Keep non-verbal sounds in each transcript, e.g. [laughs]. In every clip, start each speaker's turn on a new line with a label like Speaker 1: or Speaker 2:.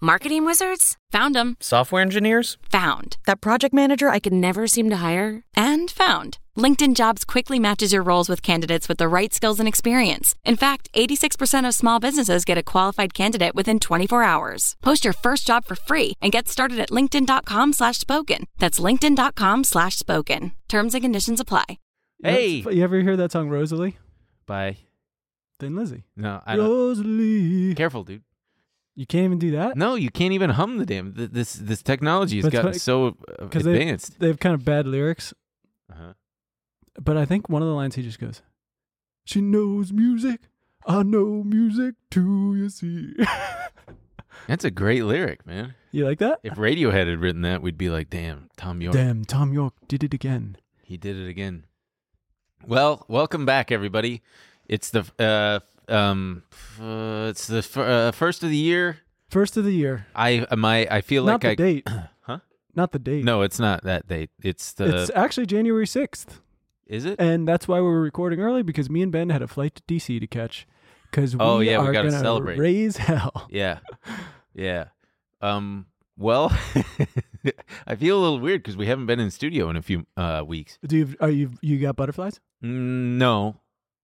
Speaker 1: Marketing wizards? Found them.
Speaker 2: Software engineers?
Speaker 1: Found.
Speaker 3: That project manager I could never seem to hire?
Speaker 1: And found. LinkedIn Jobs quickly matches your roles with candidates with the right skills and experience. In fact, 86% of small businesses get a qualified candidate within 24 hours. Post your first job for free and get started at linkedin.com slash spoken. That's linkedin.com slash spoken. Terms and conditions apply.
Speaker 4: You know,
Speaker 2: Hey.
Speaker 4: you ever hear that song Rosalie?
Speaker 2: By
Speaker 4: Then Lizzie.
Speaker 2: no, I don't.
Speaker 4: Rosalie.
Speaker 2: Careful, dude.
Speaker 4: You can't even do that
Speaker 2: No, you can't even hum the damn. th- This this technology has
Speaker 4: That's
Speaker 2: gotten
Speaker 4: right,
Speaker 2: so uh,
Speaker 4: they,
Speaker 2: advanced.
Speaker 4: they have kind of bad lyrics.
Speaker 2: Uh-huh.
Speaker 4: But I think one of the lines he just goes, "She knows music. I know music too. You see." [laughs]
Speaker 2: That's a great lyric, man.
Speaker 4: you like that?
Speaker 2: If Radiohead had written that, we'd be like, "Damn, Tom York,
Speaker 4: Damn, Tom York did it again.
Speaker 2: he did it again." Well, welcome back, everybody. It's the uh, um, f- uh, it's the f- uh, first of the year.
Speaker 4: First of the year.
Speaker 2: I uh, my I feel
Speaker 4: Not
Speaker 2: like
Speaker 4: the
Speaker 2: I
Speaker 4: date.
Speaker 2: [clears throat] huh?
Speaker 4: Not the date.
Speaker 2: No, it's not that date. It's the
Speaker 4: It's actually January 6th.
Speaker 2: is it?
Speaker 4: And that's why we were recording early because me and Ben had a flight to DC to catch. Because we
Speaker 2: Oh, yeah, we
Speaker 4: are
Speaker 2: gotta
Speaker 4: going to
Speaker 2: celebrate.
Speaker 4: raise hell.
Speaker 2: Yeah. Yeah. Um well [laughs] I feel a little weird because we haven't been in studio in a few uh weeks.
Speaker 4: Do you, are you, you got butterflies?
Speaker 2: Mm, No.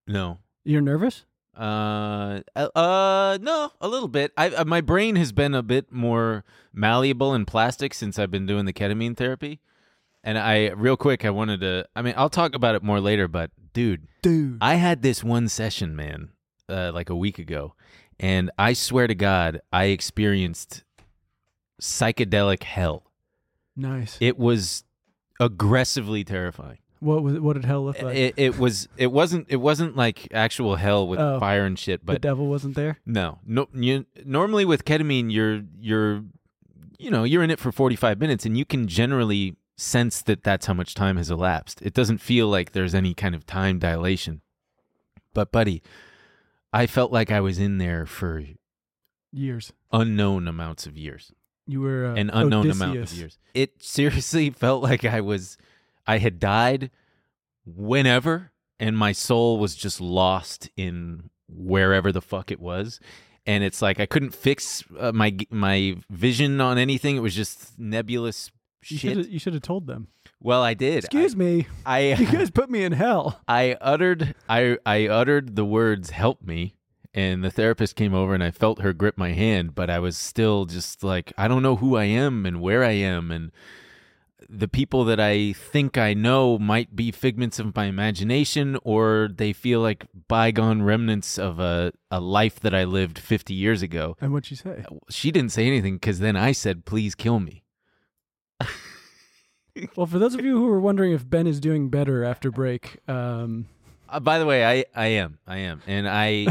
Speaker 2: No.
Speaker 4: You're nervous?
Speaker 2: Uh uh, uh no, a little bit. I uh, my brain has been a bit more malleable and plastic since I've been doing the ketamine therapy. And I real quick I wanted to I mean, I'll talk about it more later, but dude,
Speaker 4: Dude.
Speaker 2: I had this one session, man, uh, like a week ago, and I swear to God, I experienced psychedelic hell.
Speaker 4: nice.
Speaker 2: It was aggressively terrifying.
Speaker 4: what was what did hell look like?
Speaker 2: Uh, It, it was. It wasn't. It wasn't like actual hell with
Speaker 4: Oh.
Speaker 2: fire and shit.
Speaker 4: the
Speaker 2: But
Speaker 4: devil wasn't there?
Speaker 2: no, no. You, normally with ketamine, you're you're, you know, you're in it for forty five minutes, and you can generally sense that that's how much time has elapsed. It doesn't feel like there's any kind of time dilation. But buddy, I felt like I was in there for
Speaker 4: Years.
Speaker 2: unknown amounts of years,
Speaker 4: You were uh,
Speaker 2: an unknown
Speaker 4: Odysseus.
Speaker 2: amount of years. It seriously [laughs] felt like I was, I had died, whenever, and my soul was just lost in wherever the fuck it was. And it's like I couldn't fix uh, my g- my vision on anything. It was just nebulous
Speaker 4: You should
Speaker 2: shit.
Speaker 4: you should have told them.
Speaker 2: Well, I did.
Speaker 4: Excuse
Speaker 2: [laughs]
Speaker 4: me.
Speaker 2: I,
Speaker 4: [laughs] You guys put me in hell.
Speaker 2: I uttered I I uttered the words help me and the therapist came over and I felt her grip my hand but I was still just like I don't know who I am and where I am and the people that I think I know might be figments of my imagination or they feel like bygone remnants of a a life that I lived 50 years ago.
Speaker 4: And what'd you
Speaker 2: [laughs]
Speaker 4: say?
Speaker 2: She didn't say anything cuz then I said please kill me.
Speaker 4: Well, for those of you who were wondering if Ben is doing better after break, um,
Speaker 2: Uh, by the way, I I am I am, and I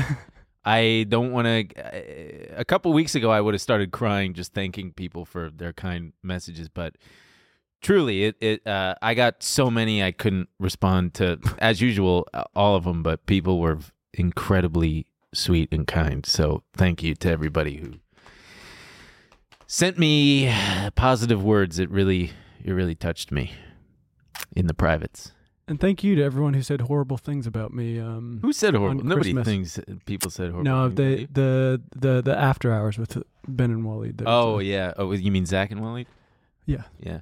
Speaker 2: I don't want to. A couple weeks ago, I would have started crying just thanking people for their kind messages, but truly, it it uh, I got so many I couldn't respond to as usual uh, all of them, but people were incredibly sweet and kind. So thank you to everybody who sent me positive words. It really it really touched me in the privates.
Speaker 4: and thank you to everyone who said horrible things about me. Um,
Speaker 2: Who said horrible?
Speaker 4: on
Speaker 2: Nobody
Speaker 4: Christmas.
Speaker 2: thinks people said horrible.
Speaker 4: no,
Speaker 2: things, do
Speaker 4: the,
Speaker 2: you?
Speaker 4: the the the after hours with Ben and Wally. there was uh,
Speaker 2: Oh
Speaker 4: a-
Speaker 2: yeah. Oh, you mean Zach and Wally?
Speaker 4: yeah.
Speaker 2: Yeah.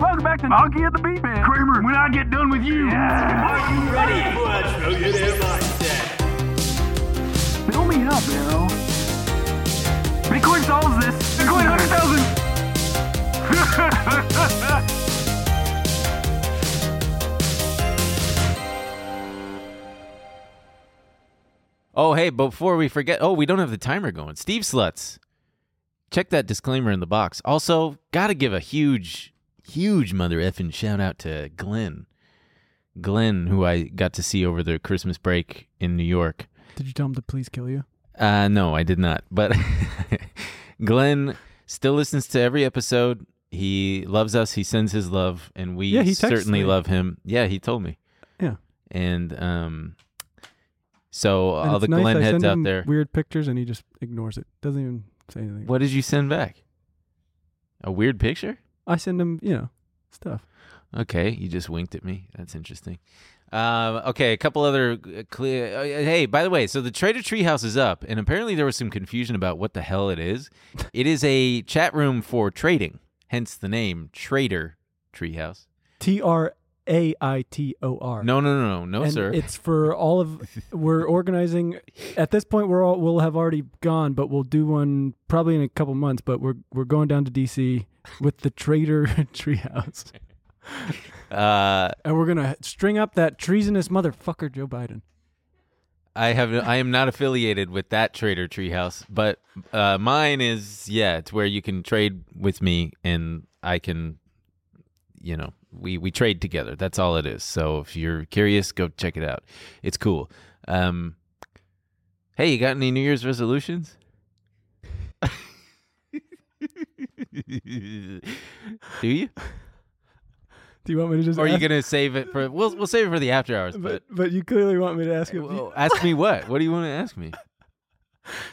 Speaker 5: Welcome back to Monkey at the Beat Man. Kramer, when I get done with you, are you ready? Fill me up, yo. Bitcoin solves this. Bitcoin 100,000.
Speaker 2: Oh hey, before we forget, oh we don't have the timer going. Steve Sluts, check that disclaimer in the box. Also, gotta give a huge, huge mother effing shout out to Glenn, Glenn, who I got to see over the Christmas break in New York.
Speaker 4: Did you tell him to please kill you?
Speaker 2: Uh, no, I did not. But [laughs] Glenn still listens to every episode. He loves us. He sends his love, and we
Speaker 4: Yeah, he texts
Speaker 2: certainly
Speaker 4: me.
Speaker 2: love him. Yeah, he told me.
Speaker 4: Yeah.
Speaker 2: And um, So
Speaker 4: And
Speaker 2: all
Speaker 4: it's
Speaker 2: the
Speaker 4: nice,
Speaker 2: Glen
Speaker 4: I
Speaker 2: heads
Speaker 4: send
Speaker 2: out
Speaker 4: him
Speaker 2: there.
Speaker 4: Weird pictures, and he just ignores it. Doesn't even say anything.
Speaker 2: What did you send back? A weird picture?
Speaker 4: I send him, you know, stuff.
Speaker 2: Okay, you just winked at me. That's interesting. Um, okay, a couple other uh, clear. oh, yeah, Hey, by the way, so the Trader Treehouse is up, and apparently there was some confusion about what the hell it is. It is a chat room for trading, hence the name Trader Treehouse.
Speaker 4: T R A I T O R.
Speaker 2: No, no, no, no, no,
Speaker 4: and
Speaker 2: sir.
Speaker 4: It's for all of.
Speaker 2: [laughs]
Speaker 4: We're organizing. At this point, we're all we'll have already gone, but we'll do one probably in a couple months. But we're we're going down to DC with the Trader [laughs] Treehouse,
Speaker 2: Uh,
Speaker 4: and we're gonna string up that treasonous motherfucker Joe Biden.
Speaker 2: I have. I am not affiliated with that Trader Treehouse, but uh, mine is. Yeah, it's where you can trade with me, and I can. You know, we we trade together. That's all it is. So if you're curious, go check it out. It's cool. Um, hey, you got any New Year's resolutions? Do you?
Speaker 4: Do you want me to just?
Speaker 2: Or are you
Speaker 4: ask-
Speaker 2: gonna save it for? We'll we'll save it for the after hours. But,
Speaker 4: But but you clearly want me to ask you. if you
Speaker 2: well, ask me what? What do you want to ask me?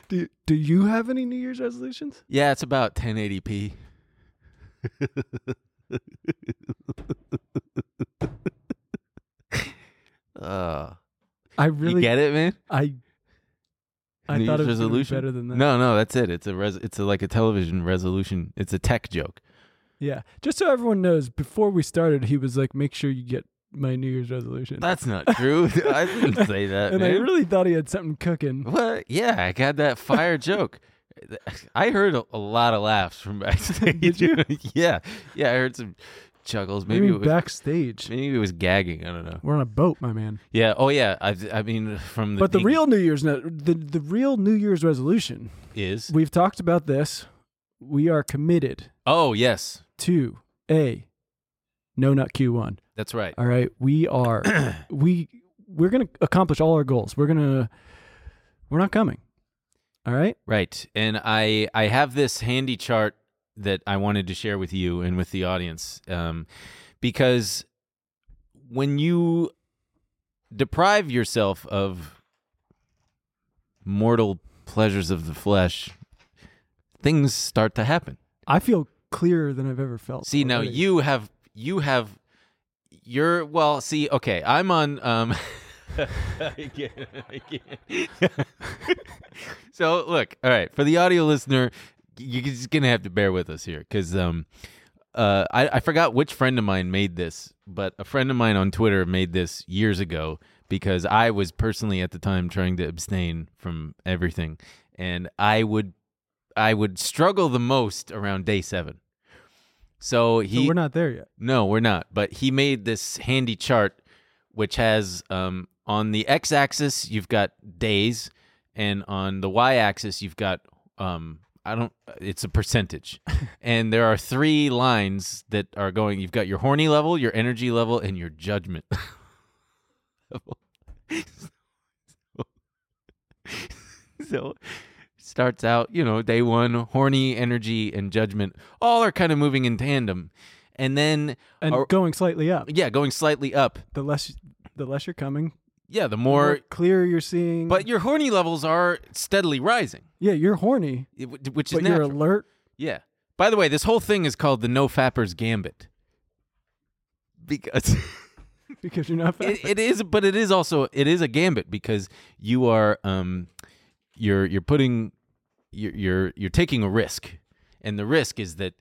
Speaker 4: do, do you have any New Year's resolutions?
Speaker 2: Yeah, it's about 1080p. [laughs] uh,
Speaker 4: I
Speaker 2: you
Speaker 4: really
Speaker 2: get it, man?
Speaker 4: I I
Speaker 2: New
Speaker 4: thought it was gonna
Speaker 2: Year's
Speaker 4: be
Speaker 2: resolution?
Speaker 4: better than that.
Speaker 2: No, no, that's it. It's a res- it's a, like a television resolution. It's a tech joke.
Speaker 4: Yeah. Just so everyone knows, before we started, he was like, "Make sure you get my New Year's resolution."
Speaker 2: That's not
Speaker 4: [laughs]
Speaker 2: true. I didn't say that.
Speaker 4: and I
Speaker 2: man.
Speaker 4: really thought he had something cooking.
Speaker 2: What? Yeah, I got that fire joke. I heard a, a lot of laughs from backstage.
Speaker 4: Did you?
Speaker 2: [laughs] yeah, yeah, I heard some chuckles.
Speaker 4: Maybe
Speaker 2: Maybe it was
Speaker 4: backstage.
Speaker 2: maybe it was gagging. I don't know.
Speaker 4: We're on a boat, my man.
Speaker 2: Yeah. Oh, yeah. I, I mean, from the
Speaker 4: but the
Speaker 2: Eng-
Speaker 4: real New Year's no- the the real New Year's resolution.
Speaker 2: is.
Speaker 4: We've talked about this. We are committed
Speaker 2: oh, yes,
Speaker 4: to a no nut Q1.
Speaker 2: that's right.
Speaker 4: All right, we
Speaker 2: [coughs]
Speaker 4: are we we're going to accomplish all our goals. We're going to we're not coming. All right?
Speaker 2: Right, and I I have this handy chart that I wanted to share with you and with the audience, um, because when you deprive yourself of mortal pleasures of the flesh, things start to happen.
Speaker 4: I feel clearer than I've ever felt.
Speaker 2: See now
Speaker 4: already.
Speaker 2: you have you have you're well see okay I'm on um [laughs] I can't, I can't. so look all right for the audio listener you're just gonna have to bear with us here because um uh I, I forgot which friend of mine made this but a friend of mine on Twitter made this years ago because I was personally at the time trying to abstain from everything and I would I would struggle the most around day seven.
Speaker 4: So
Speaker 2: So he
Speaker 4: we're not there yet.
Speaker 2: no, we're not. But he made this handy chart, which has um, on the x axis, you've got days, and on the y axis, you've got, um, I don't, it's
Speaker 4: [laughs]
Speaker 2: a percentage. and there are three lines that are going you've got your horny level, your energy level, and your judgment [laughs] level. so starts out, you know, day one, horny, energy, and judgment all are kind of moving in tandem. And then,
Speaker 4: And
Speaker 2: Are-
Speaker 4: going slightly up.
Speaker 2: yeah, going slightly up.
Speaker 4: The less the less you're coming,
Speaker 2: Yeah, the
Speaker 4: the more
Speaker 2: more,
Speaker 4: clear you're seeing.
Speaker 2: but your horny levels are steadily rising,
Speaker 4: yeah, you're horny,
Speaker 2: it- which is
Speaker 4: but
Speaker 2: natural.
Speaker 4: you're alert. [laughs]
Speaker 2: Yeah. By the way, this whole thing is called the No Fappers Gambit. Because [laughs]
Speaker 4: Because you're not fast.
Speaker 2: it, it is, but it is also it is a gambit because you are um, you're you're putting you're you're, you're taking a risk, and the risk is that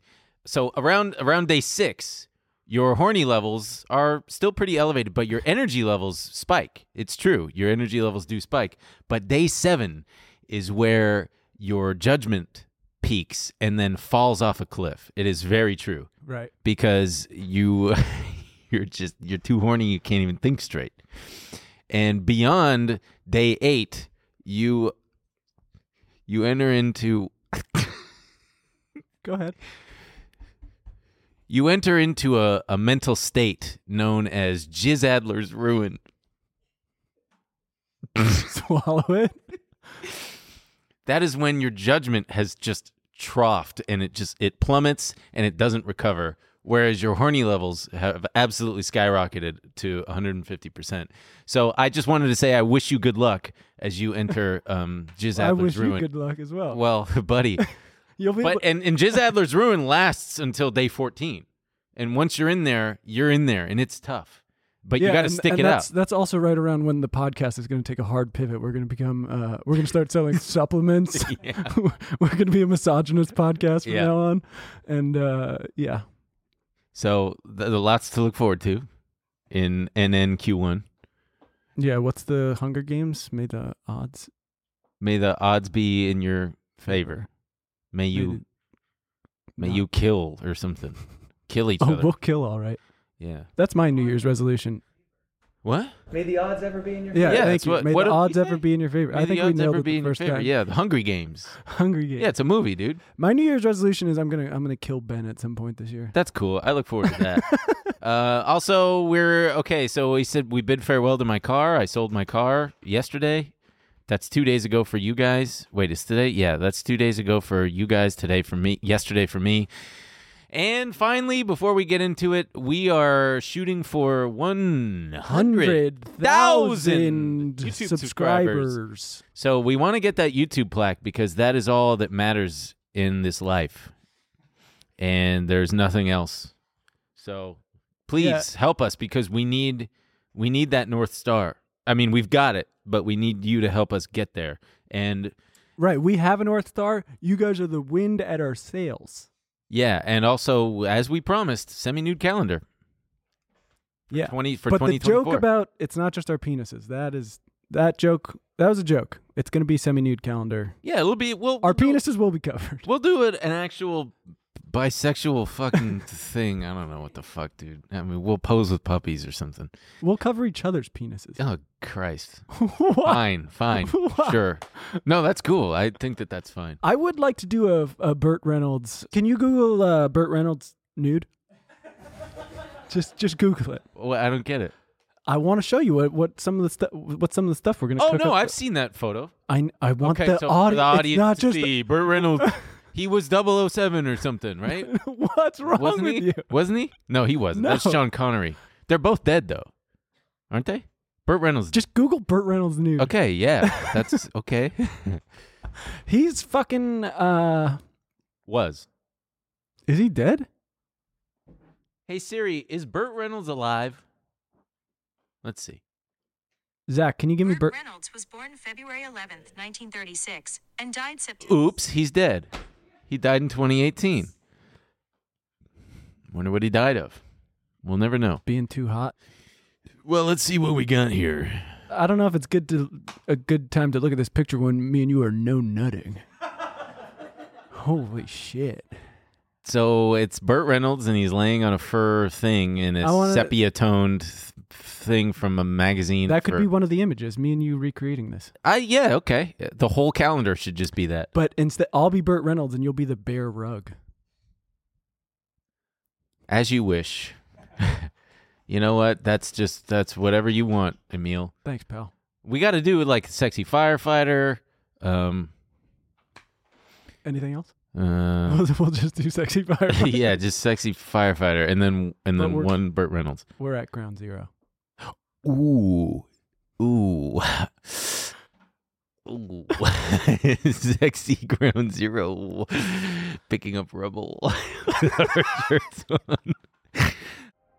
Speaker 2: so around around day six, your horny levels are still pretty elevated, but your energy levels spike. It's true, your energy levels do spike, but day seven is where your judgment peaks and then falls off a cliff. It is very true
Speaker 4: right.
Speaker 2: because you [laughs] you're just you're too horny you can't even think straight and beyond day eight you you enter into
Speaker 4: Go ahead.
Speaker 2: [laughs] you enter into a, a mental state known as Jiz Adler's ruin.
Speaker 4: [laughs] Swallow it.
Speaker 2: That is when your judgment has just troughed and it just it plummets and it doesn't recover whereas your horny levels have absolutely skyrocketed to 150%. So I just wanted to say I wish you good luck as
Speaker 4: [laughs]
Speaker 2: you enter um, Jizz
Speaker 4: I wish
Speaker 2: Adler's
Speaker 4: you
Speaker 2: Ruin.
Speaker 4: good luck as well.
Speaker 2: Well, [laughs]
Speaker 4: [laughs]
Speaker 2: buddy.
Speaker 4: You'll be
Speaker 2: But and, and Jizz Adler's Ruin lasts until day 14. And once you're in there, you're in there and it's tough. But you got to
Speaker 4: and-
Speaker 2: stick
Speaker 4: and
Speaker 2: it out. [laughs]
Speaker 4: that's, That's also right around when the podcast is going to take a hard pivot. We're going to become, uh, we're going to start
Speaker 2: [laughs]
Speaker 4: selling supplements. [laughs] we're going to be a misogynist podcast from
Speaker 2: Yeah.
Speaker 4: now on, and uh, yeah,
Speaker 2: So th- there are lots to look forward to in NNQ1.
Speaker 4: yeah. What's the Hunger Games? May the odds
Speaker 2: May the odds be in your favor. May
Speaker 4: May
Speaker 2: you
Speaker 4: the-
Speaker 2: may
Speaker 4: not-
Speaker 2: you kill or something. Kill each
Speaker 4: Oh,
Speaker 2: other.
Speaker 4: we'll kill all right.
Speaker 2: Yeah.
Speaker 4: That's my New Year's resolution.
Speaker 2: What?
Speaker 4: Yeah,
Speaker 2: Yeah,
Speaker 4: thank
Speaker 2: that's
Speaker 4: you.
Speaker 2: what-
Speaker 4: May
Speaker 2: what
Speaker 4: the
Speaker 2: did you
Speaker 4: odds ever
Speaker 2: say?
Speaker 4: be in your favor.
Speaker 2: May
Speaker 4: I think
Speaker 2: the
Speaker 4: we
Speaker 2: odds
Speaker 4: nailed
Speaker 2: ever
Speaker 4: it
Speaker 2: be
Speaker 4: the
Speaker 2: in your
Speaker 4: first
Speaker 2: favor.
Speaker 4: time.
Speaker 2: Yeah, the Hungry Games.
Speaker 4: Hunger Games.
Speaker 2: Yeah, it's a movie, dude.
Speaker 4: My New Year's resolution is I'm gonna I'm gonna kill Ben at some point this year.
Speaker 2: That's cool. I look forward to that. uh, also, we're okay. So we said we bid farewell to my car. I sold my car yesterday. That's two days ago for you guys. Wait, is today? Yeah, that's two days ago for you guys. Today for me. Yesterday for me. And finally, before we get into it, we are shooting for one hundred thousand
Speaker 4: YouTube
Speaker 2: YouTube
Speaker 4: subscribers.
Speaker 2: subscribers. So we want to get that YouTube plaque because that is all that matters in this life. And there's nothing else. So please help us because we need we need that North Star. I mean, we've got it, but we need you to help us get there. And
Speaker 4: Right, we have a North Star. You guys are the wind at our sails.
Speaker 2: yeah, and also as we promised, semi-nude calendar.
Speaker 4: Yeah,
Speaker 2: 20 for
Speaker 4: but the joke
Speaker 2: 2024.
Speaker 4: about it's not just our penises. That is that joke. That was a joke. It's gonna be semi-nude calendar.
Speaker 2: Yeah, it'll be we'll
Speaker 4: Our
Speaker 2: we'll-
Speaker 4: penises will be covered.
Speaker 2: We'll do it an actual bisexual fucking [laughs] thing. I don't know what the fuck, dude. I mean, we'll pose with puppies or something.
Speaker 4: We'll cover each other's penises.
Speaker 2: Oh Christ.
Speaker 4: [laughs] Why?
Speaker 2: Fine,
Speaker 4: [laughs]
Speaker 2: fine.
Speaker 4: Why?
Speaker 2: Sure. No, that's cool. I think that that's fine.
Speaker 4: I would like to do a, a Burt Reynolds. Can you Google uh, Burt Reynolds nude? just just Google it.
Speaker 2: Well, I don't get it.
Speaker 4: I want to show you what, what some of the stuff what some of the stuff we're gonna.
Speaker 2: Oh
Speaker 4: cook
Speaker 2: no,
Speaker 4: up.
Speaker 2: I've seen that photo.
Speaker 4: I I want
Speaker 2: Okay,
Speaker 4: the,
Speaker 2: so for
Speaker 4: audi-
Speaker 2: the audience
Speaker 4: It's not
Speaker 2: to
Speaker 4: just
Speaker 2: see Burt Reynolds. he was 007 or something, right?
Speaker 4: [laughs] what's wrong
Speaker 2: wasn't
Speaker 4: with
Speaker 2: he?
Speaker 4: you.
Speaker 2: Wasn't he? No, he wasn't. That's
Speaker 4: No.
Speaker 2: Sean Connery. They're both dead though, aren't they? Burt Reynolds.
Speaker 4: Just Google Burt Reynolds nude.
Speaker 2: okay, yeah,
Speaker 4: [laughs]
Speaker 2: that's okay. [laughs]
Speaker 4: He's fucking. uh
Speaker 2: was.
Speaker 4: Is he dead?
Speaker 2: Hey Siri, is Burt Reynolds alive? Let's see.
Speaker 4: Zach, can you give me Burt?
Speaker 6: Burt Reynolds was born February 11th, 1936, and died September.
Speaker 2: Oops, he's dead. He died in 2018. Wonder what he died of. We'll never know.
Speaker 4: Being too hot.
Speaker 2: Well, let's see what we got here.
Speaker 4: I don't know if it's good to a good time to look at this picture when me and you are no
Speaker 2: [laughs]
Speaker 4: nutting. Holy shit!
Speaker 2: So it's Burt Reynolds, and he's laying on a fur thing in a
Speaker 4: I wanna-
Speaker 2: sepia toned th- thing from a magazine.
Speaker 4: That could
Speaker 2: for-
Speaker 4: be one of the images. Me and you recreating this,
Speaker 2: I yeah okay. The whole calendar should just be that.
Speaker 4: but instead, I'll be Burt Reynolds and you'll be the bear rug.
Speaker 2: As you wish. [laughs] you know what? That's just that's whatever you want, Emil.
Speaker 4: Thanks, pal.
Speaker 2: We got to do like sexy firefighter. Um.
Speaker 4: Anything else?
Speaker 2: uh,
Speaker 4: We'll, [laughs] we'll just do sexy
Speaker 2: [laughs]
Speaker 4: fire. [laughs]
Speaker 2: yeah, just sexy firefighter, and then and
Speaker 4: That
Speaker 2: then
Speaker 4: works.
Speaker 2: one Burt Reynolds.
Speaker 4: We're at ground zero.
Speaker 2: Ooh, ooh, ooh, [laughs] sexy ground zero, picking up rubble. [laughs] With our shirts on.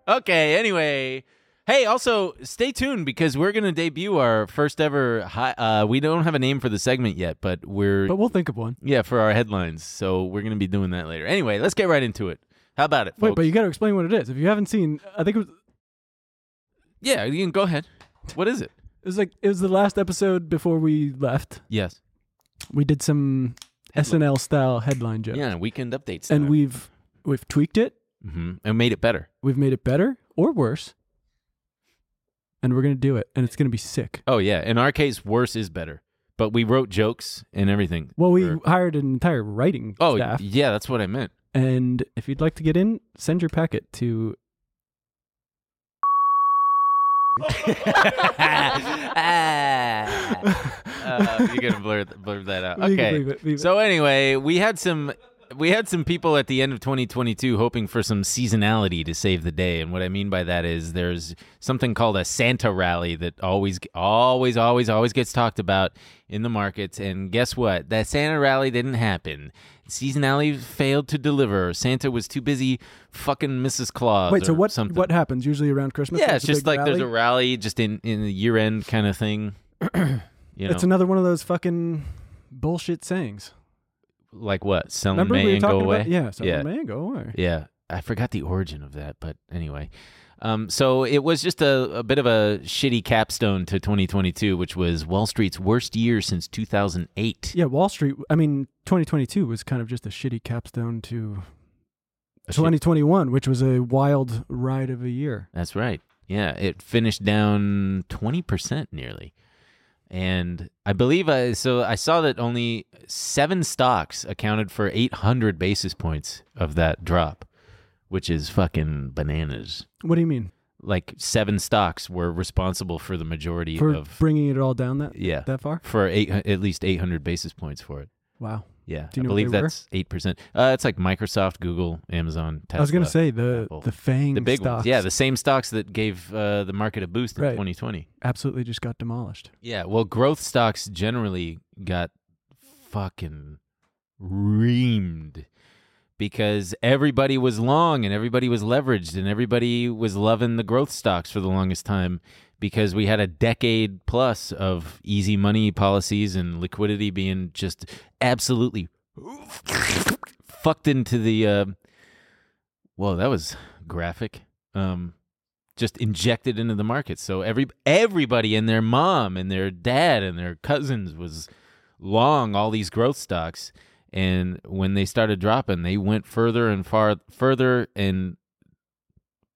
Speaker 2: okay. Anyway. Hey, also stay tuned because we're going to debut our first ever. Hi- uh, we don't have a name for the segment yet, but we're
Speaker 4: But we'll think of one.
Speaker 2: yeah for our headlines. So we're going to be doing that later. Anyway, let's get right into it. How about it, folks?
Speaker 4: Wait, but you got to explain what it is. If you haven't seen, I think it was
Speaker 2: Yeah, you can go ahead. What is it?
Speaker 4: it was like it was the last episode before we left.
Speaker 2: Yes.
Speaker 4: We did some SNL style headline jokes,
Speaker 2: Yeah, weekend updates.
Speaker 4: and we've we've tweaked it.
Speaker 2: hmm and made it better.
Speaker 4: We've made it better or worse, and we're gonna do it, and it's gonna be sick.
Speaker 2: Oh yeah. In our case, worse is better. But we wrote jokes and everything.
Speaker 4: Well, we
Speaker 2: for-
Speaker 4: hired an entire writing
Speaker 2: oh
Speaker 4: staff,
Speaker 2: yeah, that's what I [laughs] meant.
Speaker 4: and if you'd like to get in, send your packet to.
Speaker 2: uh, you're gonna blur blur that out. [laughs]
Speaker 4: We can
Speaker 2: Okay. Uh,
Speaker 4: leave it, leave it. [laughs]
Speaker 2: So anyway, we had some. we had some people at the end of 2022 hoping for some seasonality to save the day, and what I mean by that is there's something called a Santa rally that always, always, always, always gets talked about in the markets. And guess what? That Santa rally didn't happen. Seasonality failed to deliver. Santa was too busy fucking Mrs. Claus.
Speaker 4: Wait, so
Speaker 2: or
Speaker 4: what?
Speaker 2: Something.
Speaker 4: What happens usually around Christmas?
Speaker 2: Yeah,
Speaker 4: There's
Speaker 2: it's
Speaker 4: a
Speaker 2: just
Speaker 4: big
Speaker 2: like there's a
Speaker 4: rally?
Speaker 2: rally just in in the year end kind of
Speaker 4: [clears throat]
Speaker 2: thing. you know,
Speaker 4: It's another one of those fucking bullshit sayings.
Speaker 2: like what? Selling
Speaker 4: Remember
Speaker 2: May
Speaker 4: we were
Speaker 2: and go
Speaker 4: talking
Speaker 2: away.
Speaker 4: about? Yeah, something
Speaker 2: Yeah.
Speaker 4: may go away.
Speaker 2: Yeah, I forgot the origin of that, but anyway. Um, so it was just a, a bit of a shitty capstone to 2022, which was Wall Street's worst year since 2008.
Speaker 4: Yeah, Wall Street. I mean, 2022 was kind of just a shitty capstone to
Speaker 2: A shit-
Speaker 4: 2021, which was a wild ride of a year.
Speaker 2: That's right. Yeah, it finished down 20% nearly. And I believe I so I saw that only 7 stocks accounted for 800 basis points of that drop, which is fucking bananas.
Speaker 4: What do you mean
Speaker 2: Like 7 stocks were responsible for the majority
Speaker 4: for
Speaker 2: of
Speaker 4: bringing it all down that
Speaker 2: yeah.
Speaker 4: that far?
Speaker 2: for eight, at least 800 basis points for it.
Speaker 4: Wow.
Speaker 2: Yeah,
Speaker 4: Do you
Speaker 2: I
Speaker 4: know what
Speaker 2: believe
Speaker 4: they were?
Speaker 2: that's eight percent. Uh, it's like Microsoft, Google, Amazon, Tesla.
Speaker 4: I was gonna say the
Speaker 2: Apple.
Speaker 4: the Fang
Speaker 2: the big
Speaker 4: stocks.
Speaker 2: ones. Yeah, the same stocks that gave uh, the market a boost in
Speaker 4: Right.
Speaker 2: 2020.
Speaker 4: absolutely just got demolished.
Speaker 2: Yeah, well, growth stocks generally got fucking reamed because everybody was long and everybody was leveraged and everybody was loving the growth stocks for the longest time because we had a decade plus of easy money policies and liquidity being just absolutely fucked into the uh, whoa that was graphic um just injected into the market so every everybody and their mom and their dad and their cousins was long all these growth stocks and when they started dropping they went further and far further and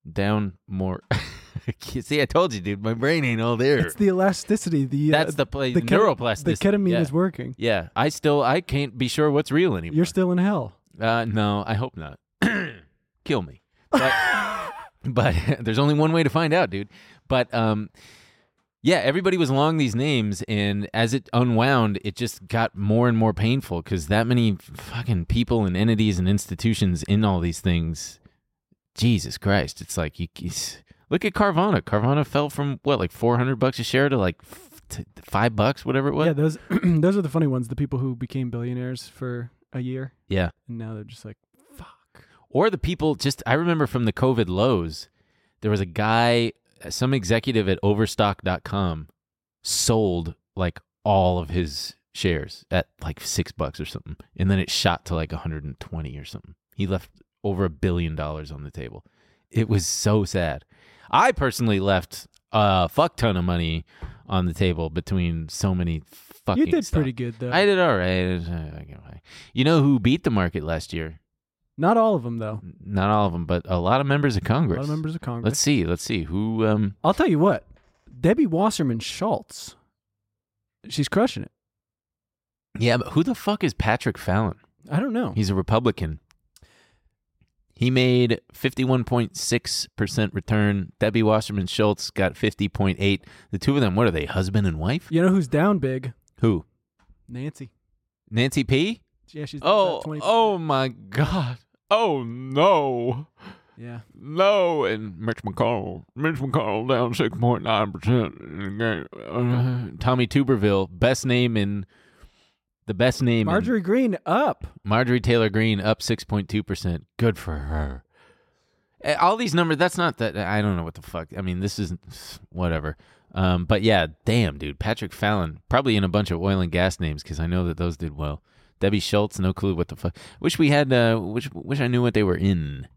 Speaker 2: down more [laughs] see i told you dude my brain ain't all there
Speaker 4: It's the elasticity. The uh,
Speaker 2: that's the play
Speaker 4: the
Speaker 2: the,
Speaker 4: keta-
Speaker 2: neuroplasticity
Speaker 4: the ketamine
Speaker 2: yeah.
Speaker 4: is working.
Speaker 2: yeah i still i can't be sure what's real anymore
Speaker 4: You're still in hell.
Speaker 2: uh, no, I hope not. [clears throat] Kill me. But,
Speaker 4: [laughs]
Speaker 2: but [laughs] there's only one way to find out, dude. But um, yeah, everybody was along these names, and as it unwound, it just got more and more painful because that many fucking people and entities and institutions in all these things. Jesus Christ! It's like you it's- look at Carvana. Carvana fell from what, like 400 bucks a share to like f- t- five bucks, whatever it was.
Speaker 4: Yeah, those [clears throat] those are the funny ones. The people who became billionaires for a year
Speaker 2: yeah.
Speaker 4: and now they're just like, fuck.
Speaker 2: or the people just i remember from the covid lows there was a guy some executive at overstock.com sold like all of his shares at like six bucks or something and then it shot to like 120 or something he left over a billion dollars on the table it was so sad i personally left a fuck ton of money on the table between so many fucking
Speaker 4: You did
Speaker 2: stocks.
Speaker 4: pretty good though.
Speaker 2: i did all right you know who beat the market last year
Speaker 4: Not all of them though.
Speaker 2: not all of them, but a lot of members of
Speaker 4: A
Speaker 2: Congress.
Speaker 4: lot of members of Congress.
Speaker 2: Let's see. Let's see who. Um,
Speaker 4: I'll tell you what, Debbie Wasserman Schultz, she's crushing it.
Speaker 2: yeah, but who the fuck is Patrick Fallon?
Speaker 4: I don't know.
Speaker 2: He's a Republican. He made fifty-one point six percent return. Debbie Wasserman Schultz got fifty point eight. The two of them, what are they? Husband and wife?
Speaker 4: you know who's down big?
Speaker 2: Who?
Speaker 4: Nancy.
Speaker 2: Nancy P.
Speaker 4: Yeah, she's down
Speaker 2: Oh,
Speaker 4: about 20%.
Speaker 2: oh my God. Oh no.
Speaker 4: yeah.
Speaker 2: No, and Mitch McConnell, Mitch McConnell down six point nine percent. Uh, Tommy Tuberville, best name in the best name. in-
Speaker 4: Marjorie Green up.
Speaker 2: Marjorie Taylor Greene up six point two percent. Good for her. Eh, All these numbers. That's not that. I don't know what the fuck. I mean, this is whatever. Um, but yeah, damn, dude, Patrick Fallon probably in a bunch of oil and gas names because I know that those did well. Debbie Schultz, no clue what the fuck. Wish we had. Uh, wish wish I knew what they were in.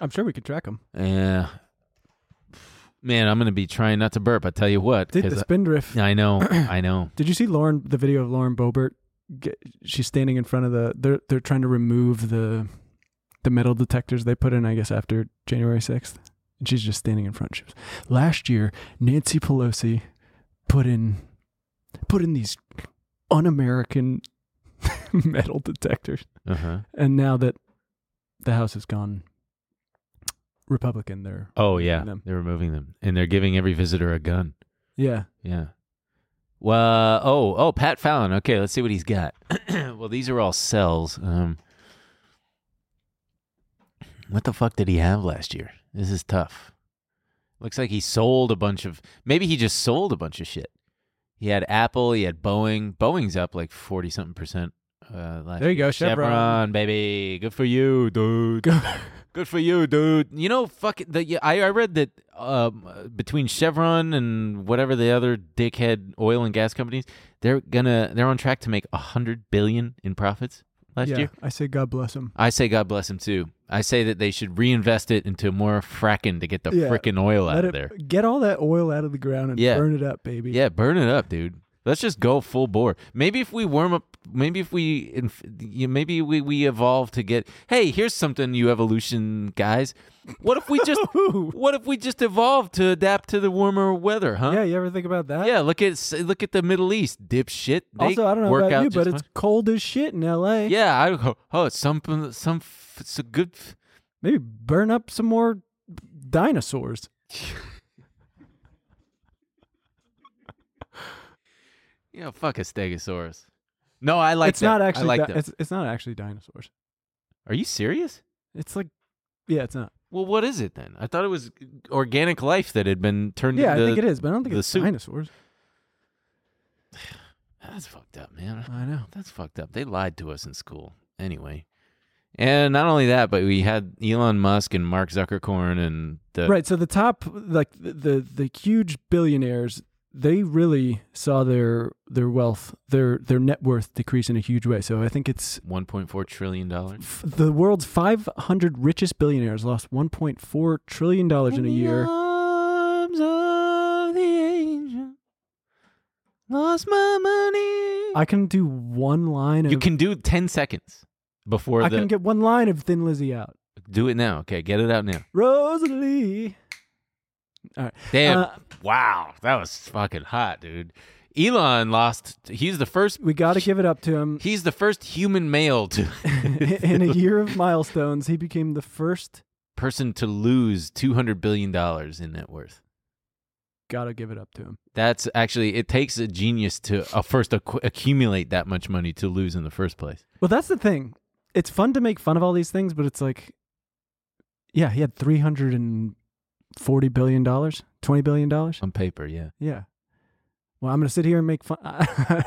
Speaker 4: I'm sure we could track them.
Speaker 2: Yeah. Eh, Man, I'm gonna be trying not to burp. I tell you what,
Speaker 4: Did
Speaker 2: 'cause
Speaker 4: the spindrift?
Speaker 2: I,
Speaker 4: [clears throat]
Speaker 2: I know, I know.
Speaker 4: Did you see Lauren? The video of Lauren Boebert. Get, she's standing in front of the. They're they're trying to remove the the metal detectors they put in. I guess after January sixth, and she's just standing in front. She was, Last year, Nancy Pelosi put in put in these un-American [laughs] metal detectors,
Speaker 2: Uh huh.
Speaker 4: and now that the House has gone Republican, they're
Speaker 2: Oh yeah,
Speaker 4: Them.
Speaker 2: they're removing them, and they're giving every visitor a gun.
Speaker 4: yeah.
Speaker 2: Yeah. [clears throat] Well, oh, oh, Pat Fallon. Okay, let's see what he's got. well, these are all cells. Um, What the fuck did he have last year? This is tough. Looks like he sold a bunch of. Maybe he just sold a bunch of shit. He had Apple. He had Boeing. Boeing's up like forty something percent. Uh, last
Speaker 4: There you
Speaker 2: year.
Speaker 4: go, Chevron.
Speaker 2: baby. Good for you, dude. Good for you, dude. You know, fuck it, the yeah, I, I read that um, uh, between Chevron and whatever the other dickhead oil and gas companies, they're gonna they're on track to make a hundred billion in profits last
Speaker 4: yeah,
Speaker 2: year.
Speaker 4: I say God bless him.
Speaker 2: I say God bless him too. I say that they should reinvest it into more fracking to get the
Speaker 4: Yeah,
Speaker 2: frickin' oil out
Speaker 4: Let
Speaker 2: of
Speaker 4: it-
Speaker 2: there.
Speaker 4: Get all that oil out of the ground and
Speaker 2: Yeah.
Speaker 4: burn it up, baby.
Speaker 2: Yeah, burn it up, dude. Let's just go full bore. Maybe if we warm up, maybe if we, inf- you- maybe we, we evolve to get. Hey, here's something, you evolution guys. What if we
Speaker 4: [laughs]
Speaker 2: just, what if we just evolve to adapt to the warmer weather, huh?
Speaker 4: Yeah, you ever think about that?
Speaker 2: uh-huh. Yeah, look at s- look at the Middle East, dipshit. They
Speaker 4: Also, I don't know
Speaker 2: work
Speaker 4: about
Speaker 2: out
Speaker 4: you, but
Speaker 2: just
Speaker 4: it's
Speaker 2: fine.
Speaker 4: cold as shit in LA.
Speaker 2: yeah. I go, oh, it's some some f- it's a good. f-
Speaker 4: Maybe burn up some more dinosaurs.
Speaker 2: You know, fuck a stegosaurus. No, I like
Speaker 4: it's
Speaker 2: that.
Speaker 4: not
Speaker 2: I
Speaker 4: actually
Speaker 2: like
Speaker 4: di-
Speaker 2: that.
Speaker 4: it's it's not actually dinosaurs.
Speaker 2: Are you serious?
Speaker 4: It's like yeah, it's not.
Speaker 2: Well, what is it then? I thought it was organic life that had been turned.
Speaker 4: Yeah,
Speaker 2: into
Speaker 4: I think it is, but I don't think
Speaker 2: the
Speaker 4: it's
Speaker 2: soup.
Speaker 4: dinosaurs.
Speaker 2: That's fucked up, man.
Speaker 4: I know.
Speaker 2: That's fucked up. They lied to us in school. Anyway, and not only that, but we had Elon Musk and Mark Zuckerkorn and the
Speaker 4: right, so the top like the, the the huge billionaires, they really saw their their wealth, their their net worth decrease in a huge way. So I think it's
Speaker 2: one point four trillion dollars
Speaker 4: f- the world's 500 richest billionaires lost 1.4 trillion dollars in a year.
Speaker 2: Arms of the angel, lost my money.
Speaker 4: I can do one line of
Speaker 2: you can do ten seconds before
Speaker 4: I
Speaker 2: the
Speaker 4: can get one line of Thin Lizzy out.
Speaker 2: do it now. Okay, get it out now.
Speaker 4: Rosalie. All right.
Speaker 2: Damn.
Speaker 4: Uh,
Speaker 2: wow. That was fucking hot, dude. Elon lost he's the first
Speaker 4: We got to give it up to
Speaker 2: [laughs]
Speaker 4: him.
Speaker 2: he's the first human male to
Speaker 4: [laughs] In
Speaker 2: [laughs]
Speaker 4: a year of milestones, he became the first.
Speaker 2: person to lose 200 billion dollars in net worth.
Speaker 4: Got to give it up to him.
Speaker 2: That's actually it takes a genius to uh, first acqu- accumulate that much money to lose in the first place.
Speaker 4: Well, that's the thing. It's fun to make fun of all these things, but it's like, yeah, he had three hundred and forty billion dollars, twenty billion dollars.
Speaker 2: On paper, yeah.
Speaker 4: Yeah. Well, I'm gonna sit here and make
Speaker 2: [laughs]
Speaker 4: fun. [laughs]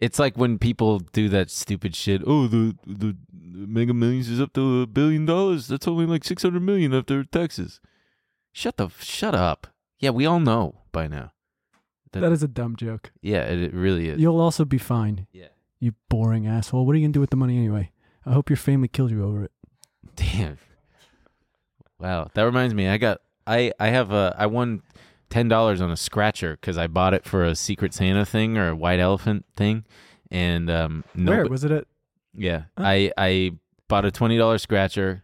Speaker 2: It's like when people do that stupid shit. Oh, the the Mega Millions is up to a billion dollars. That's only like six hundred million after taxes. Shut the shut up. Yeah, we all know by now. That-
Speaker 4: that is a dumb joke.
Speaker 2: yeah, it, it really is.
Speaker 4: You'll also be fined.
Speaker 2: yeah. [laughs]
Speaker 4: You boring asshole. What are you gonna do with the money anyway? I hope your family killed you over it.
Speaker 2: Damn. Wow, that reminds me. I got I I have a I won ten dollars on a scratcher because I bought it for a Secret Santa thing or a White Elephant thing, and um, no,
Speaker 4: Where was it at?
Speaker 2: Yeah.
Speaker 4: Huh?
Speaker 2: I I bought a twenty dollar scratcher.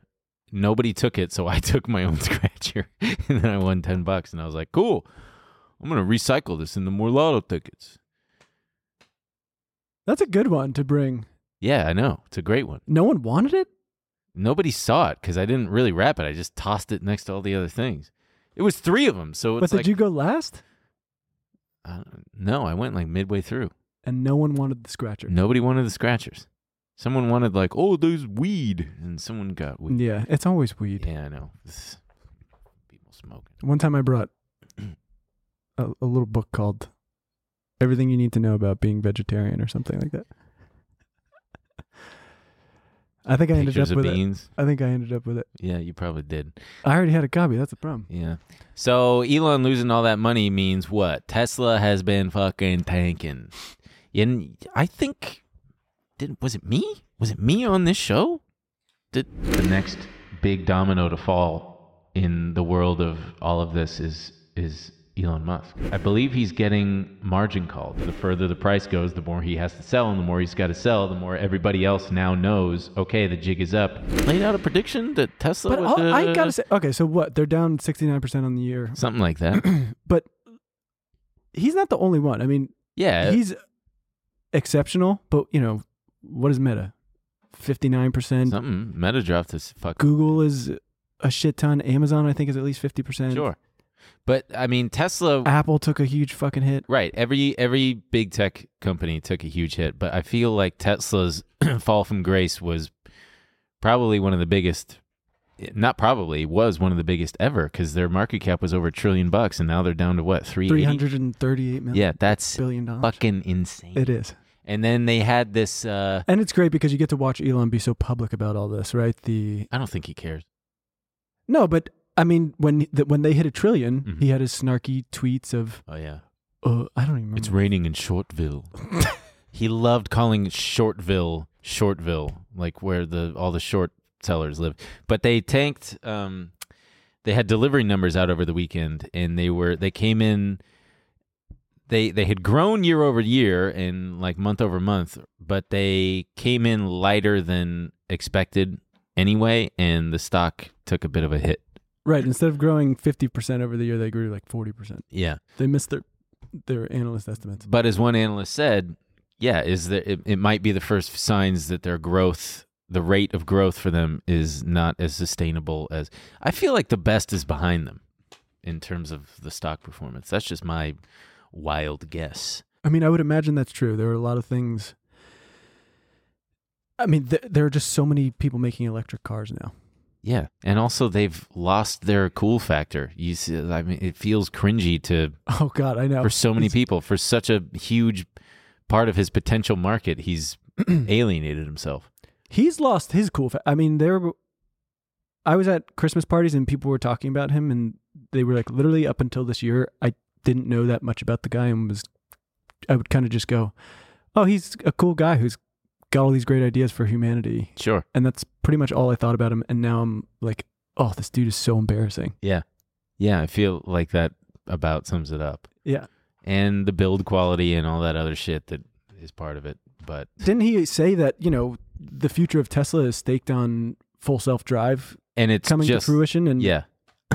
Speaker 2: Nobody took it, so I [laughs] took my own scratcher, [laughs] and then I won ten bucks. And I was like, "Cool, I'm gonna recycle this into more lotto tickets."
Speaker 4: That's a good one to bring.
Speaker 2: Yeah, I know it's a great one.
Speaker 4: No one wanted it.
Speaker 2: Nobody saw it because I didn't really wrap it. I just tossed it next to all the other things. It was three of them, so
Speaker 4: But
Speaker 2: it's
Speaker 4: did
Speaker 2: like
Speaker 4: you go last?
Speaker 2: uh, no. I went like midway through.
Speaker 4: And no one wanted the scratcher.
Speaker 2: Nobody wanted the scratchers. Someone wanted like, "Oh, there's weed," and someone got weed.
Speaker 4: Yeah, it's always weed.
Speaker 2: yeah I know. This- People smoking.
Speaker 4: One time I
Speaker 2: [clears throat]
Speaker 4: brought a, a little book called Everything You Need to Know About Being Vegetarian or something like that. [laughs] I think I ended
Speaker 2: Pictures
Speaker 4: up
Speaker 2: of
Speaker 4: with it.
Speaker 2: beans.
Speaker 4: I think I ended up with it.
Speaker 2: Yeah, you probably did.
Speaker 4: I already had a copy. That's the problem.
Speaker 2: Yeah. So Elon losing all that money means what? Tesla has been fucking tanking. And I think did was it me? Was it me on this show? Did the next big domino to fall in the world of all of this is is Elon Musk. I believe he's getting margin called. The further the price goes, the more he has to sell, and the more he's got to sell, the more everybody else now knows. Okay, the jig is up. Laid out a prediction that Tesla.
Speaker 4: But
Speaker 2: would,
Speaker 4: all, I
Speaker 2: uh,
Speaker 4: gotta say, okay, so what? They're down sixty nine percent on the year,
Speaker 2: something like that.
Speaker 4: but he's not the only one. I mean,
Speaker 2: Yeah,
Speaker 4: he's exceptional, but you know, what is Meta? Fifty nine percent.
Speaker 2: something. Meta dropped this fuck.
Speaker 4: Google is a shit ton. Amazon, I think, is at least fifty percent.
Speaker 2: Sure, but I mean Tesla.
Speaker 4: Apple took a huge fucking hit.
Speaker 2: right. Every every big tech company took a huge hit, but [clears throat] I feel like Tesla's fall from grace was probably one of the biggest not probably was one of the biggest ever because their market cap was over a trillion bucks, and now they're down to what three
Speaker 4: Three hundred and thirty-eight million.
Speaker 2: Yeah, that's
Speaker 4: billion dollars.
Speaker 2: fucking insane.
Speaker 4: It is.
Speaker 2: And then they had this. Uh,
Speaker 4: And it's great because you get to watch Elon be so public about all this, right? The
Speaker 2: I don't think he cares.
Speaker 4: no, but I mean, when the, when they hit a 10000000000
Speaker 2: Mhm.
Speaker 4: he had his snarky tweets of,
Speaker 2: Oh yeah,
Speaker 4: uh, I don't even remember.
Speaker 2: it's raining in Shortville. he loved calling Shortville Shortville, like where the all the short sellers live. But they tanked. Um, they had delivery numbers out over the weekend, and they were they came in. They they had grown year over year and like month over month, but they came in lighter than expected anyway, and the stock took a bit of a hit.
Speaker 4: right. Instead of growing fifty percent over the year, they grew like forty percent.
Speaker 2: Yeah.
Speaker 4: They missed their their analyst estimates.
Speaker 2: But as one analyst said, yeah, is that it, it might be the first signs that their growth, the rate of growth for them is not as sustainable as I feel like the best is behind them in terms of the stock performance. That's just my wild guess.
Speaker 4: I mean, I would imagine that's true. There are a lot of things. I mean, th- there are just so many people making electric cars now. [laughs]
Speaker 2: Yeah, and also they've lost their cool factor. You see, I mean, it feels cringy to
Speaker 4: Oh God, I know.
Speaker 2: for so many
Speaker 4: It's-
Speaker 2: people for such a huge part of his potential market. He's alienated himself.
Speaker 4: He's lost his cool. Fa- I mean, there. were- I was at Christmas parties and people were talking about him, and they were like, literally up until this year, I didn't know that much about the guy, and was, I would kind of just go, "Oh, he's a cool guy who's got all these great ideas for humanity,"
Speaker 2: Sure.
Speaker 4: and that's pretty much all I thought about him. And now I'm like, "Oh, this dude is so embarrassing."
Speaker 2: Yeah. Yeah, I feel like that about sums it up.
Speaker 4: Yeah.
Speaker 2: And the build quality and all that other shit that is part of it. But
Speaker 4: Didn't he say that, you know, the future of Tesla is staked on full self drive
Speaker 2: and it's
Speaker 4: coming
Speaker 2: just
Speaker 4: to
Speaker 2: [laughs]
Speaker 4: fruition and [laughs]
Speaker 2: yeah.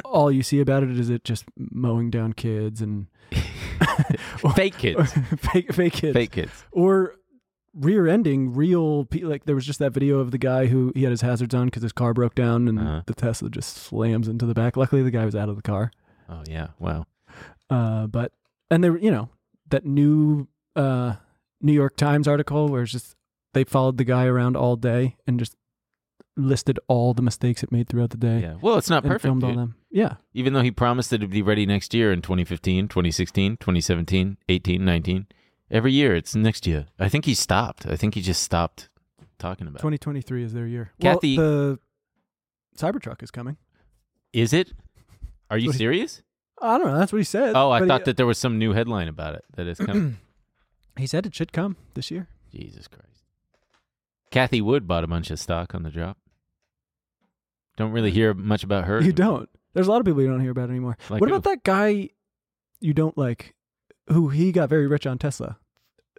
Speaker 4: all you see about it is it just mowing down kids and
Speaker 2: Fake kids.
Speaker 4: [laughs] fake fake kids.
Speaker 2: Fake kids.
Speaker 4: Or rear ending real pe- like there was just that video of the guy who he had his hazards on because his car broke down and
Speaker 2: Uh-huh.
Speaker 4: the Tesla just slams into the back. Luckily the guy was out of the car.
Speaker 2: Oh yeah. Wow.
Speaker 4: Uh but and there you know, that new uh New York Times article where it's just they followed the guy around all day and just listed all the mistakes it made throughout the day.
Speaker 2: Yeah. Well, it's not
Speaker 4: and
Speaker 2: perfect.
Speaker 4: filmed all
Speaker 2: dude.
Speaker 4: them. Yeah.
Speaker 2: Even though he promised that it'd be ready next year in 2015, 2016, 2017, 18, 19. Every year it's next year. I think he stopped. I think he just stopped talking about. it.
Speaker 4: Twenty twenty three is their year.
Speaker 2: Kathy-
Speaker 4: well, the Cybertruck is coming.
Speaker 2: Is it? Are
Speaker 4: [laughs]
Speaker 2: you
Speaker 4: Twenty-
Speaker 2: serious?
Speaker 4: I don't know. That's what he said.
Speaker 2: Oh, I
Speaker 4: But
Speaker 2: thought
Speaker 4: he,
Speaker 2: that there was some new headline about it that is coming.
Speaker 4: he said it should come this year.
Speaker 2: Jesus Christ. Kathy Wood bought a bunch of stock on the drop. Don't really hear much about her.
Speaker 4: You don't. There's a lot of people you don't hear about anymore.
Speaker 2: Like
Speaker 4: what about that guy you don't like, who he got very rich on Tesla?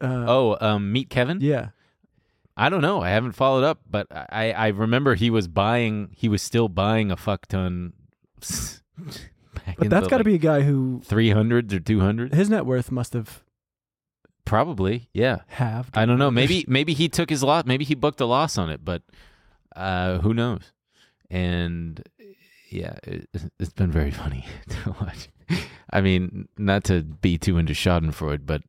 Speaker 4: Uh,
Speaker 2: Oh, um, meet Kevin.
Speaker 4: yeah.
Speaker 2: I don't know. I haven't followed up, but I I remember he was buying. He was still buying a fuck ton. [laughs]
Speaker 4: But that's got to
Speaker 2: to
Speaker 4: be a guy who
Speaker 2: three hundreds or two hundred,
Speaker 4: his net worth must have
Speaker 2: probably. Yeah,
Speaker 4: halved.
Speaker 2: I don't know. Maybe maybe he took his loss. Maybe he booked a loss on it, but uh, who knows? And yeah, it, it's been very [laughs] funny to watch. I mean, not to be too into Schadenfreude, but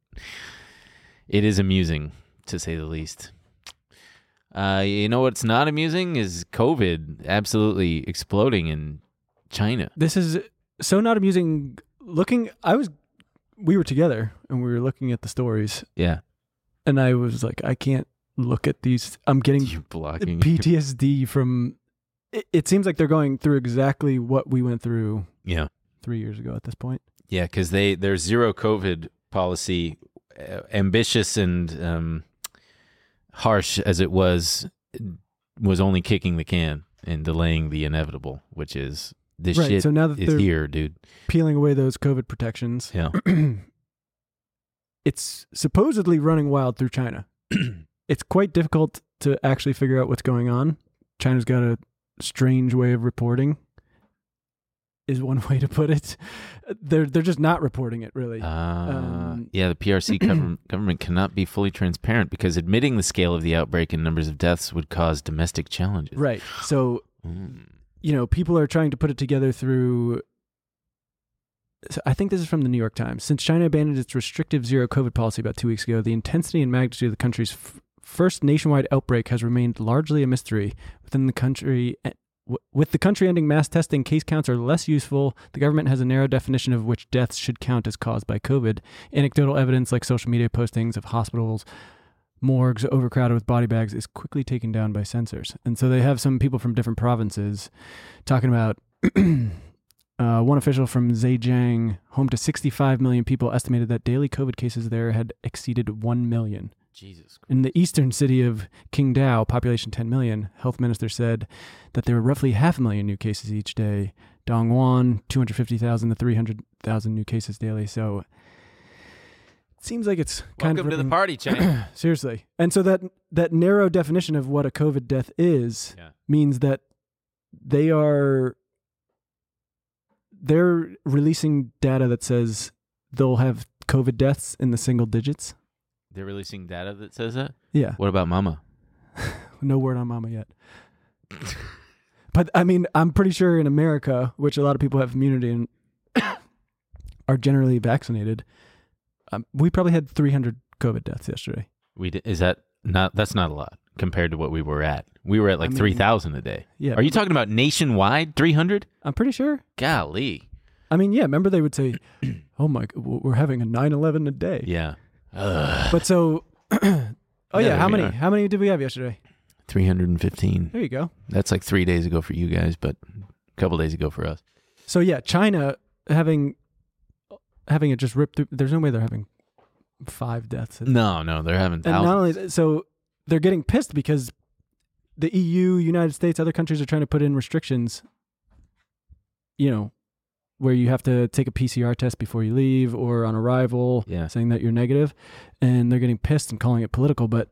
Speaker 2: it is amusing to say the least. Uh, you know what's not amusing is COVID absolutely exploding in China.
Speaker 4: this is so not amusing. Looking, I was, we were together and we were looking at the stories,
Speaker 2: [laughs] Yeah,
Speaker 4: and I was like, I can't look at these. I'm getting [laughs]
Speaker 2: you blocking.
Speaker 4: PTSD from. It, it seems like they're going through exactly what we went through
Speaker 2: [laughs] Yeah.
Speaker 4: three years ago at this point.
Speaker 2: Yeah, because they their zero COVID policy, uh, ambitious and um, harsh as it was, was only kicking the can and delaying the inevitable, which is this
Speaker 4: Right,
Speaker 2: shit
Speaker 4: so now that
Speaker 2: is
Speaker 4: they're-
Speaker 2: here, dude.
Speaker 4: Peeling away those COVID protections,
Speaker 2: Yeah,
Speaker 4: [clears throat] it's supposedly running wild through China. [clears throat] it's quite difficult to actually figure out what's going on. China's got a strange way of reporting. Is one [laughs] way to put it. They're they're just not reporting it really.
Speaker 2: uh,
Speaker 4: Um,
Speaker 2: yeah.
Speaker 4: [clears throat]
Speaker 2: The PRC government, government cannot be fully transparent because admitting the scale of the outbreak and numbers of deaths would cause domestic challenges.
Speaker 4: right. So
Speaker 2: Mm.
Speaker 4: you know, people are trying to put it together through. So I think this is from the New York Times. Since China abandoned its restrictive zero COVID policy about two weeks ago, the intensity and magnitude of the country's f- first nationwide outbreak has remained largely a mystery within the country. eh, W- With the country ending mass testing, case counts are less useful. The government has a narrow definition of which deaths should count as caused by COVID. Anecdotal evidence like social media postings of hospitals, morgues overcrowded with body bags is quickly taken down by censors. And so they have some people from different provinces talking about [clears throat] uh, one official from Zhejiang, home to 65 million people, estimated that daily COVID cases there had exceeded 1 million.
Speaker 2: Jesus. Christ.
Speaker 4: In the eastern city of Qingdao, population 10 million, health minister said that there were roughly half a million new cases each day. Dongguan, 250,000 to 300,000 new cases daily. So it seems like it's kind
Speaker 2: Welcome
Speaker 4: of
Speaker 2: to the
Speaker 4: ripping- [coughs]
Speaker 2: party, Chang.
Speaker 4: Seriously. And so that that narrow definition of what a COVID death is
Speaker 2: Yeah.
Speaker 4: means that they are they're releasing data that says they'll have COVID deaths in the single digits.
Speaker 2: [coughs] They're releasing data that says that.
Speaker 4: Yeah.
Speaker 2: What about Mama?
Speaker 4: No word on mama yet. but I mean, I'm pretty sure in America, which a lot of people have immunity and [coughs] are generally vaccinated, um, we probably had 300 COVID deaths yesterday.
Speaker 2: We d- is that not? That's not a lot compared to what we were at. We were at like
Speaker 4: I mean-
Speaker 2: three thousand a day.
Speaker 4: Yeah.
Speaker 2: Are you talking about nationwide three hundred?
Speaker 4: I'm pretty sure.
Speaker 2: Golly.
Speaker 4: I mean, yeah, remember they would
Speaker 2: [clears throat]
Speaker 4: say, "Oh my, g- w- we're having a 9/11 a day."
Speaker 2: Yeah.
Speaker 4: But so [clears throat] Oh
Speaker 2: Yeah,
Speaker 4: yeah, how
Speaker 2: we
Speaker 4: many?
Speaker 2: are.
Speaker 4: How many did we have yesterday?
Speaker 2: Three hundred and fifteen.
Speaker 4: There you go.
Speaker 2: That's like three days ago for you guys, but a couple days ago for us.
Speaker 4: So yeah, China having having it just ripped through there's no way they're having 5 deaths. And
Speaker 2: No, no, they're having
Speaker 4: not
Speaker 2: thousands.
Speaker 4: only that, so they're getting pissed because the EU, United States, other countries are trying to put in restrictions you know, where you have to take a PCR test before you leave or on arrival
Speaker 2: Yeah.
Speaker 4: saying that you're negative and they're getting pissed and calling it political but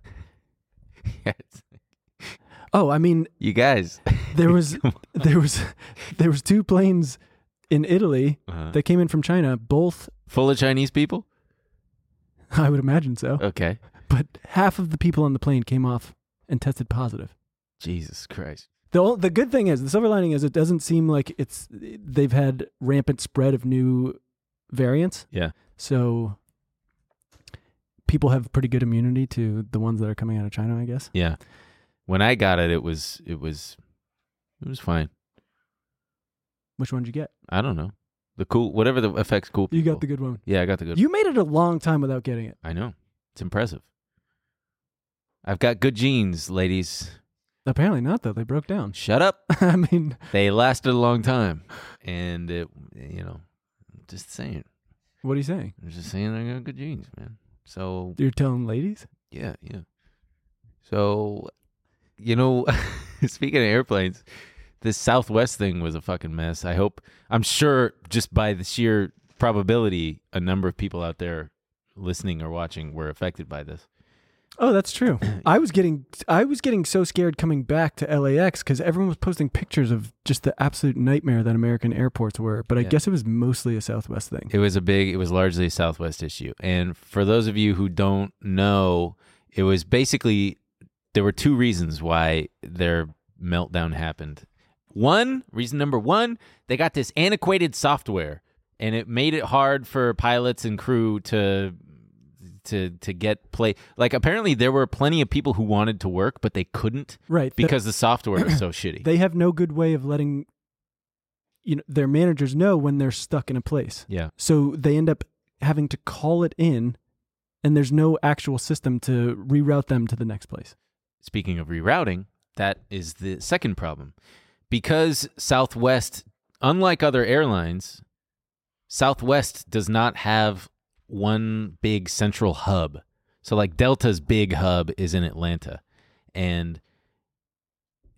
Speaker 2: [laughs] Yes.
Speaker 4: Oh, I mean,
Speaker 2: you [laughs] guys.
Speaker 4: there was
Speaker 2: Come
Speaker 4: there was there was two planes in Italy
Speaker 2: Uh-huh.
Speaker 4: that came in from China. Both,
Speaker 2: [laughs]
Speaker 4: [laughs]
Speaker 2: Full of Chinese people?
Speaker 4: I would imagine so,
Speaker 2: Okay.
Speaker 4: but half of the people on the plane came off and tested positive.
Speaker 2: Jesus Christ.
Speaker 4: The ol- the good thing is the silver lining is it doesn't seem like it's they've had rampant spread of new variants,
Speaker 2: Yeah.
Speaker 4: so people have pretty good immunity to the ones that are coming out of China. I guess.
Speaker 2: Yeah. When I got it, it was it was it was fine.
Speaker 4: Which one did you get?
Speaker 2: I don't know. The cool whatever the affects cool
Speaker 4: You
Speaker 2: people.
Speaker 4: got the good one.
Speaker 2: Yeah, I got the good
Speaker 4: You made it a long time without getting it.
Speaker 2: I know. It's impressive. I've got good genes, ladies.
Speaker 4: Apparently not though. They broke down. [laughs]
Speaker 2: Shut up.
Speaker 4: I mean,
Speaker 2: They lasted a long time. And it you know, just saying.
Speaker 4: what are you saying?
Speaker 2: I'm just saying I got good genes, man. So
Speaker 4: You're telling ladies?
Speaker 2: Yeah, yeah. So, you know, [laughs] speaking of airplanes, this Southwest thing was a fucking mess. I hope, I'm sure, just by the sheer probability, a number of people out there listening or watching were affected by this.
Speaker 4: Oh, that's
Speaker 2: [clears throat]
Speaker 4: true. I was getting I was getting so scared coming back to LAX because everyone was posting pictures of just the absolute nightmare that American airports were. But I
Speaker 2: Yeah.
Speaker 4: guess it was mostly a Southwest thing.
Speaker 2: It was a big, it was largely a Southwest issue. And for those of you who don't know, it was basically there were two reasons why their meltdown happened. One, reason number one, they got this antiquated software and it made it hard for pilots and crew to to to get play like apparently there were plenty of people who wanted to work but they couldn't
Speaker 4: Right. th-
Speaker 2: because the software was so shitty.
Speaker 4: they have no good way of letting you know their managers know when they're stuck in a place.
Speaker 2: yeah.
Speaker 4: So they end up having to call it in and there's no actual system to reroute them to the next place.
Speaker 2: speaking of rerouting, that is the second problem. Because Southwest, unlike other airlines, Southwest does not have one big central hub. So, like Delta's big hub is in Atlanta. And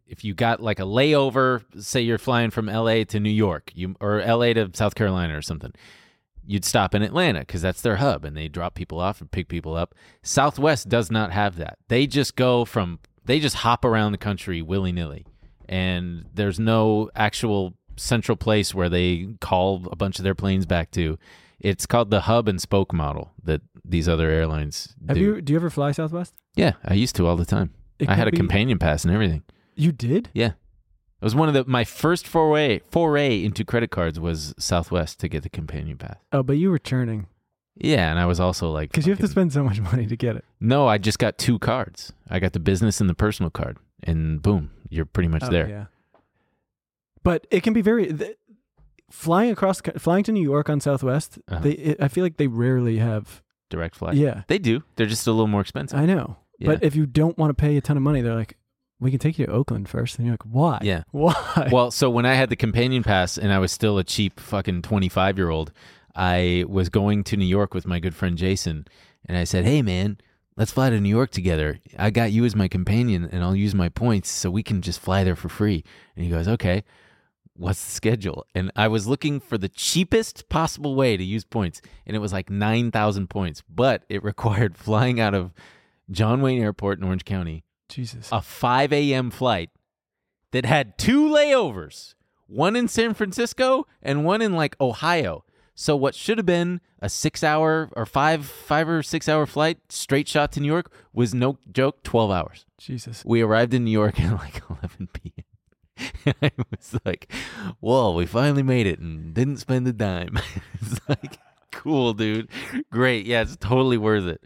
Speaker 2: if you got like a layover, say you're flying from LA to New York, you or LA to South Carolina or something, you'd stop in Atlanta because that's their hub and they drop people off and pick people up. Southwest does not have that. They just go from, they just hop around the country willy nilly. And there's no actual central place where they call a bunch of their planes back to. It's called the hub and spoke model that these other airlines
Speaker 4: Have
Speaker 2: do.
Speaker 4: you do you ever fly Southwest?
Speaker 2: yeah, I used to all the time.
Speaker 4: It
Speaker 2: I had
Speaker 4: could
Speaker 2: a
Speaker 4: be-
Speaker 2: companion pass and everything.
Speaker 4: You did?
Speaker 2: Yeah. It was one of the my first foray foray into credit cards was Southwest to get the companion pass.
Speaker 4: Oh, but you were churning.
Speaker 2: Yeah, and I was also like
Speaker 4: Because you have to
Speaker 2: fucking-
Speaker 4: spend so much [laughs] money to get it.
Speaker 2: No, I just got two cards. I got the business and the personal card, and boom, you're pretty much
Speaker 4: Oh,
Speaker 2: there.
Speaker 4: Yeah. but it can be very th- flying across co- flying to New York on Southwest.
Speaker 2: Uh-huh.
Speaker 4: They it, I feel like they rarely have.
Speaker 2: Direct flight.
Speaker 4: Yeah,
Speaker 2: They do. They're just a little more expensive.
Speaker 4: I know. But
Speaker 2: Yeah.
Speaker 4: if you don't want to pay a ton of money, they're like, we can take you to Oakland first, and you're like, why?
Speaker 2: Yeah.
Speaker 4: [laughs] why?
Speaker 2: Well, so when I had the companion pass and I was still a cheap fucking 25 year old, I was going to New York with my good friend Jason. And I said, hey, man, let's fly to New York together. I got you as my companion and I'll use my points so we can just fly there for free. And he goes, okay, what's the schedule? And I was looking for the cheapest possible way to use points. And it was like 9,000 points, but it [laughs] required flying out of John Wayne Airport in Orange County
Speaker 4: Jesus.
Speaker 2: a 5 a.m. flight that had two layovers, one in San Francisco and one in like Ohio. So what should have been a six-hour or five, five or six-hour flight straight shot to New York was no joke, 12 hours.
Speaker 4: Jesus.
Speaker 2: We arrived in New York [laughs] at like 11 p.m. [laughs] I was like, "Whoa, we finally made it and didn't spend a dime." [laughs] it's like, cool, dude, great, yeah, it's totally worth it.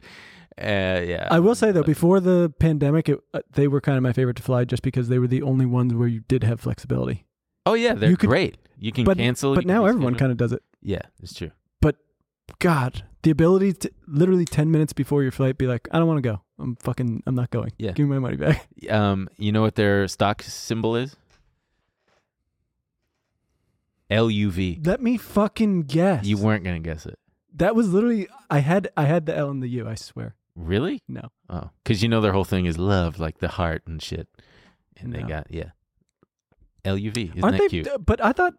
Speaker 2: Uh, yeah,
Speaker 4: I will say though, before the pandemic, it, uh, they were kind of my favorite to fly just because they were the only ones where you did have flexibility.
Speaker 2: Oh yeah, they're
Speaker 4: You could-
Speaker 2: great. You can
Speaker 4: but
Speaker 2: cancel.
Speaker 4: but now everyone kind of does it.
Speaker 2: Yeah, it's true.
Speaker 4: But God, the ability to literally ten minutes before your flight be like, I don't want to go. I'm fucking. I'm not going.
Speaker 2: Yeah.
Speaker 4: Give me my money back.
Speaker 2: Um, you know what their stock symbol is? LUV.
Speaker 4: Let me fucking guess.
Speaker 2: You weren't gonna guess it,
Speaker 4: That was literally. I had. I had the L and the U. I swear.
Speaker 2: really?
Speaker 4: No.
Speaker 2: Oh, because you know their whole thing is love, like the heart and shit. And they
Speaker 4: No.
Speaker 2: got yeah. LUV. Isn't
Speaker 4: Aren't
Speaker 2: that
Speaker 4: they?
Speaker 2: cute?
Speaker 4: uh, But I thought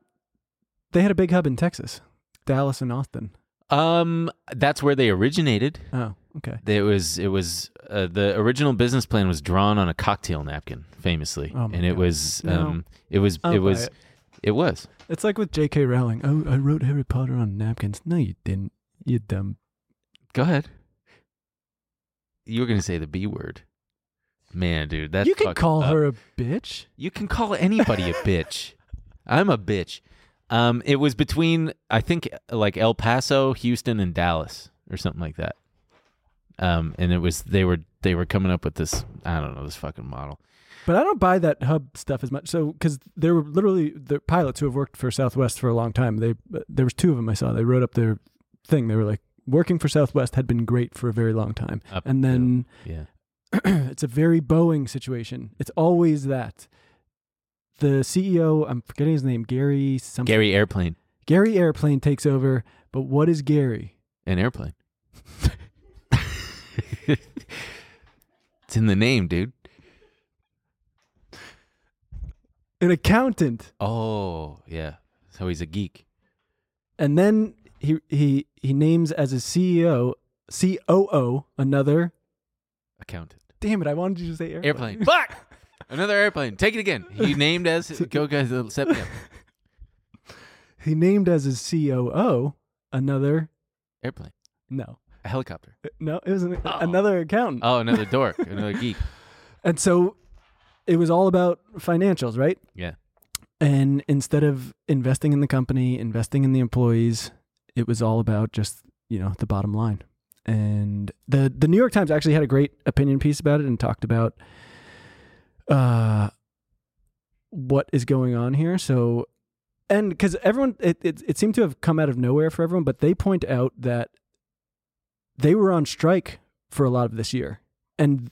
Speaker 4: they had a big hub in Texas, Dallas and Austin.
Speaker 2: Um, that's where they originated.
Speaker 4: Oh, okay.
Speaker 2: It was it was uh, the original business plan was drawn on a cocktail napkin, famously,
Speaker 4: Oh my
Speaker 2: and it
Speaker 4: God.
Speaker 2: was
Speaker 4: No.
Speaker 2: um it was
Speaker 4: I'll
Speaker 2: it
Speaker 4: buy
Speaker 2: was
Speaker 4: it.
Speaker 2: it was
Speaker 4: It's like with J.K. Rowling. Oh, I wrote Harry Potter on napkins. No, you didn't. You dumb.
Speaker 2: Go ahead. You were gonna say the B word. Man, dude, that's
Speaker 4: you could
Speaker 2: fucked
Speaker 4: call
Speaker 2: up.
Speaker 4: her a bitch.
Speaker 2: You can call
Speaker 4: [laughs]
Speaker 2: anybody a bitch. I'm a bitch. Um, it was between I think like El Paso, Houston, and Dallas, or something like that. Um, and it was they were they were coming up with this I don't know this fucking model.
Speaker 4: But I don't buy that hub stuff as much. So because there were literally the pilots who have worked for Southwest for a long time. They there was two of them I saw. They wrote up their thing. They were like working for Southwest had been great for a very long time,
Speaker 2: Up
Speaker 4: and then
Speaker 2: Yeah,
Speaker 4: [clears throat] it's a very Boeing situation. It's always that. The CEO, I'm forgetting his name, Gary something.
Speaker 2: Gary airplane,
Speaker 4: Gary Airplane takes over. But what is Gary? [laughs]
Speaker 2: an airplane. it's in the name, dude.
Speaker 4: An accountant.
Speaker 2: Oh yeah, so he's a geek.
Speaker 4: and then he he he names as E his CEO COO another.
Speaker 2: accountant.
Speaker 4: Damn it! I wanted you to say airplane.
Speaker 2: Airplane. [laughs] Fuck! Another airplane. Take it again. He named
Speaker 4: [laughs]
Speaker 2: as go guys the September.
Speaker 4: He named as his COO another.
Speaker 2: Airplane.
Speaker 4: No,
Speaker 2: A helicopter.
Speaker 4: no, it was an, another accountant.
Speaker 2: Oh, another
Speaker 4: [laughs]
Speaker 2: dork. Another geek.
Speaker 4: And so it was all about financials, right?
Speaker 2: Yeah.
Speaker 4: And instead of investing in the company, investing in the employees, it was all about just, you know, the bottom line. And the the New York Times actually had a great opinion piece about it and talked about uh what is going on here. So and because everyone it, it it seemed to have come out of nowhere for everyone, but they point out that they were on strike for a lot of this year. And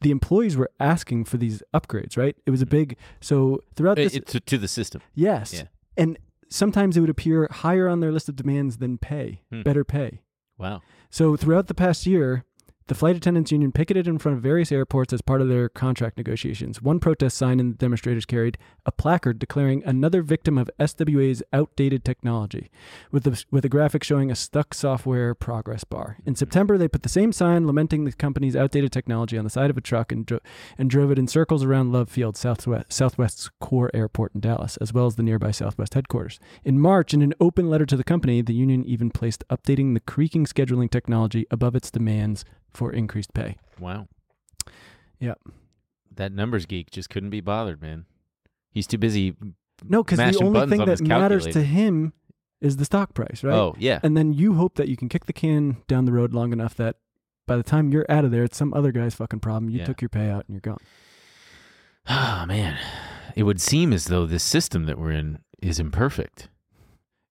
Speaker 4: the employees were asking for these upgrades, right? It was a big so throughout
Speaker 2: It-
Speaker 4: this
Speaker 2: it- to, to the system.
Speaker 4: Yes.
Speaker 2: Yeah.
Speaker 4: And sometimes it would appear higher on their list of demands than pay,
Speaker 2: Hmm.
Speaker 4: better pay.
Speaker 2: Wow.
Speaker 4: So throughout the past year, the flight attendants union picketed in front of various airports as part of their contract negotiations. One protest sign and the demonstrators carried a placard declaring another victim of SWA's outdated technology, with a, with a graphic showing a stuck software progress bar.
Speaker 2: Hmm.
Speaker 4: In September, they put the same sign lamenting the company's outdated technology on the side of a truck and, dro- and drove it in circles around Love Field, Southwest, Southwest's core airport in Dallas, as well as the nearby Southwest headquarters. In March, in an open letter to the company, the union even placed updating the creaking scheduling technology above its demands for increased pay.
Speaker 2: Wow.
Speaker 4: Yep.
Speaker 2: That numbers geek just couldn't be bothered, man. He's too busy.
Speaker 4: No, because the
Speaker 2: Mashing
Speaker 4: only
Speaker 2: buttons
Speaker 4: thing
Speaker 2: on
Speaker 4: that
Speaker 2: his
Speaker 4: matters to
Speaker 2: calculator.
Speaker 4: him is the stock price, right?
Speaker 2: Oh, yeah.
Speaker 4: And then you hope that you can kick the can down the road long enough that by the time you're out of there, it's some other guy's fucking problem. You
Speaker 2: Yeah.
Speaker 4: took your payout and you're gone.
Speaker 2: Ah, man. it would seem as though this system that we're in is imperfect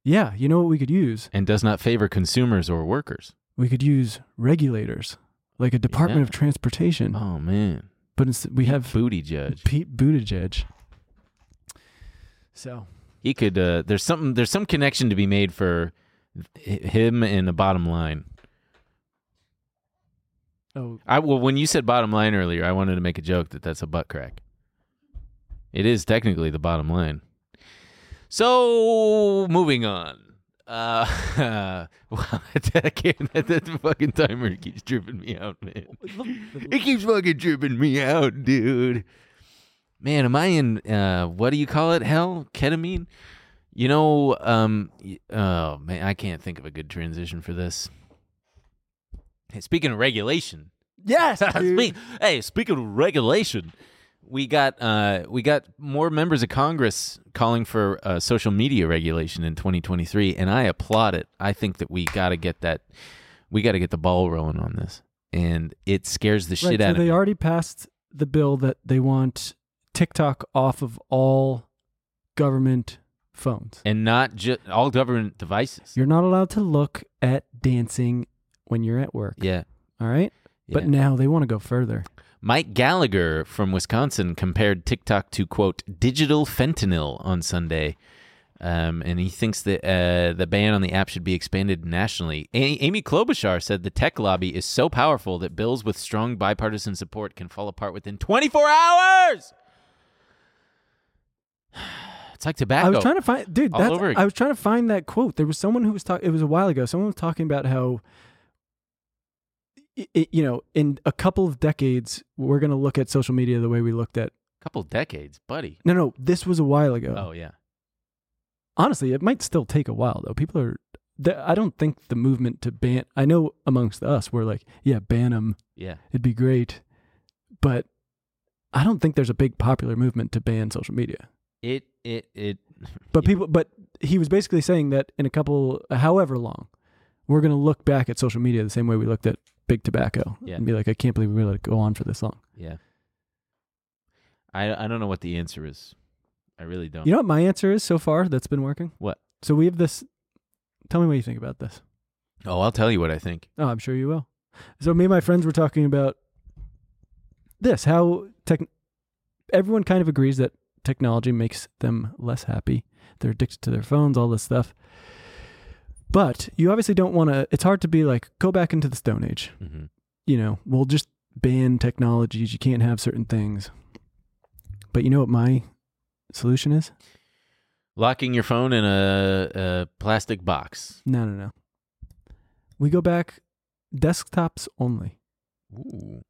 Speaker 4: Yeah, you know what we could use?
Speaker 2: and does not favor consumers or workers.
Speaker 4: We could use regulators, like a Department of
Speaker 2: Yeah.
Speaker 4: Transportation.
Speaker 2: Oh man,
Speaker 4: But instead, we have
Speaker 2: booty judge.
Speaker 4: Pete Buttigieg. So
Speaker 2: He could. Uh, there's something. There's some connection to be made for h- him and the bottom line.
Speaker 4: oh
Speaker 2: I well, when you said bottom line earlier, I wanted to make a joke that that's a butt crack. It is technically the bottom line. So moving on. Uh, [laughs] wow, that, can't- that, that fucking timer keeps tripping me out, man. It keeps fucking tripping me out, dude. Man, am I in uh, what do you call it? Hell, ketamine. You know, um, y- oh man, I can't think of a good transition for this. Hey, speaking of regulation, [laughs]
Speaker 4: [laughs] yes,
Speaker 2: Speak- hey, speaking of regulation, we got uh, we got more members of Congress calling for uh, social media regulation in 2023, and I applaud it. I think that we got to get that we got to get the ball rolling on this, and it scares the shit
Speaker 4: so
Speaker 2: out of
Speaker 4: they
Speaker 2: me.
Speaker 4: already passed the bill that they want TikTok off of all government phones.
Speaker 2: and not just all government devices.
Speaker 4: You're not allowed to look at dancing when you're at work.
Speaker 2: yeah,
Speaker 4: All right. But
Speaker 2: yeah.
Speaker 4: now they want to go further.
Speaker 2: Mike Gallagher from Wisconsin compared TikTok to quote digital fentanyl on Sunday, um, and he thinks that uh, the ban on the app should be expanded nationally. A- Amy Klobuchar said the tech lobby is so powerful that bills with strong bipartisan support can fall apart within 24 hours. [sighs] It's like tobacco.
Speaker 4: I was trying to find, dude.
Speaker 2: All
Speaker 4: That's,
Speaker 2: over again.
Speaker 4: I was trying to find that quote. There was someone who was talking. It was a while ago. Someone was talking about how, i- i- you know, in a couple of decades, we're gonna look at social media the way we looked at.
Speaker 2: a couple decades, buddy.
Speaker 4: No, no, this was a while ago.
Speaker 2: Oh yeah,
Speaker 4: Honestly, it might still take a while though. People are. th- I don't think the movement to ban. I know amongst us, we're like, yeah, ban them.
Speaker 2: yeah.
Speaker 4: It'd be great, but I don't think there's a big popular movement to ban social media.
Speaker 2: It it it. [laughs]
Speaker 4: But people, but he was basically saying that in a couple, however long, we're going to look back at social media the same way we looked at big tobacco
Speaker 2: Yeah.
Speaker 4: and be like, I can't believe we let it go on for this long.
Speaker 2: Yeah. I I don't know what the answer is. I really don't.
Speaker 4: You know what my answer is so far that's been working?
Speaker 2: What?
Speaker 4: So we have this. Tell me what you think about this.
Speaker 2: Oh, I'll tell you what I think.
Speaker 4: Oh, I'm sure you will. So me and my friends were talking about this how tech everyone kind of agrees that technology makes them less happy. They're addicted to their phones, all this stuff. But you obviously don't want to it's hard to be like go back into the stone age.
Speaker 2: Mm-hmm.
Speaker 4: You know, we'll just ban technologies, you can't have certain things. But you know what my solution is?
Speaker 2: Locking your phone in a, a plastic box.
Speaker 4: No, no, no. We go back desktops only.
Speaker 2: Ooh.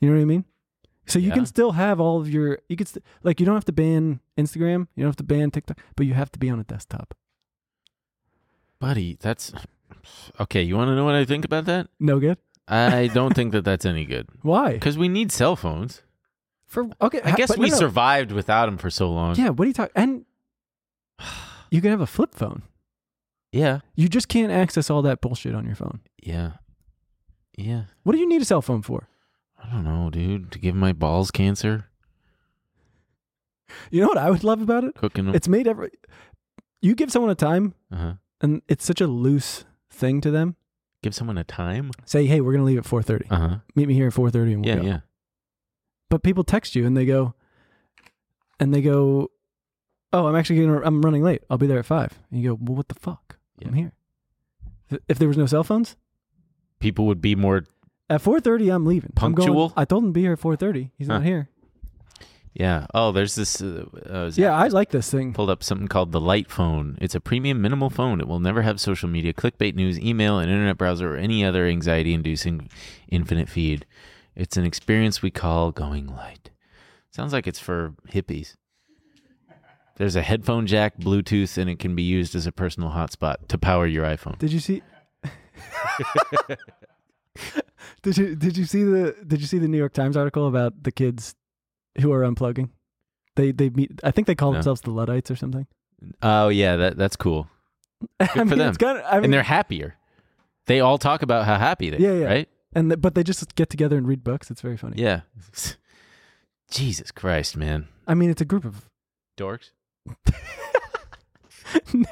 Speaker 4: You know what I mean? So you
Speaker 2: Yeah.
Speaker 4: can still have all of your you could st- like you don't have to ban Instagram, you don't have to ban TikTok, but you have to be on a desktop.
Speaker 2: Buddy, that's okay. You want to know what I think about that?
Speaker 4: No good.
Speaker 2: I don't think that that's any
Speaker 4: [laughs]
Speaker 2: good
Speaker 4: Why?
Speaker 2: because we need cell phones.
Speaker 4: For okay,
Speaker 2: I
Speaker 4: ha-
Speaker 2: guess
Speaker 4: but no,
Speaker 2: we
Speaker 4: no.
Speaker 2: survived without them for so long.
Speaker 4: Yeah, what are you talking?
Speaker 2: [sighs]
Speaker 4: And you can have a flip phone.
Speaker 2: Yeah.
Speaker 4: You just can't access all that bullshit on your phone.
Speaker 2: Yeah. Yeah.
Speaker 4: What do you need a cell phone for?
Speaker 2: I don't know, dude. To give my balls cancer,
Speaker 4: You know what I would love about it?
Speaker 2: cooking them.
Speaker 4: It's made every. You give someone a time,
Speaker 2: uh-huh.
Speaker 4: and it's such a loose thing to them.
Speaker 2: Give someone a time.
Speaker 4: Say, hey, we're gonna leave at four thirty.
Speaker 2: Uh huh.
Speaker 4: Meet me here at four thirty, and we'll
Speaker 2: Yeah.
Speaker 4: go.
Speaker 2: Yeah.
Speaker 4: but people text you and they go and they go oh i'm actually gonna i'm running late i'll be there at five and you go well what the fuck i'm
Speaker 2: Yeah.
Speaker 4: here Th- if there was no cell phones
Speaker 2: People would be more.
Speaker 4: at 4.30 i'm leaving I'm going-
Speaker 2: Punctual?
Speaker 4: i told him to be here at 4.30 he's
Speaker 2: Huh.
Speaker 4: not here
Speaker 2: Yeah. Oh, there's this. Uh, uh,
Speaker 4: yeah i like this thing
Speaker 2: pulled up something called the Light Phone. It's a premium minimal phone. It will never have social media, clickbait news, email, an internet browser, or any other anxiety inducing infinite feed. It's an experience we call going light. Sounds like it's for hippies. There's a headphone jack, Bluetooth, and it can be used as a personal hotspot to power your iPhone.
Speaker 4: did you
Speaker 2: [laughs]
Speaker 4: see did you did you see the did you see the new york times article about the kids who are unplugging they they meet i think they call
Speaker 2: No.
Speaker 4: themselves the luddites or something
Speaker 2: Oh yeah, that that's cool.
Speaker 4: [laughs] I mean,
Speaker 2: for them.
Speaker 4: it's kind of, I mean,
Speaker 2: and they're happier. They all talk about how happy they
Speaker 4: Yeah,
Speaker 2: are,
Speaker 4: yeah.
Speaker 2: right?
Speaker 4: and the, but they just get together and read books it's very funny
Speaker 2: Yeah. [laughs] Jesus Christ, man.
Speaker 4: I mean, it's a group of [laughs]
Speaker 2: dorks.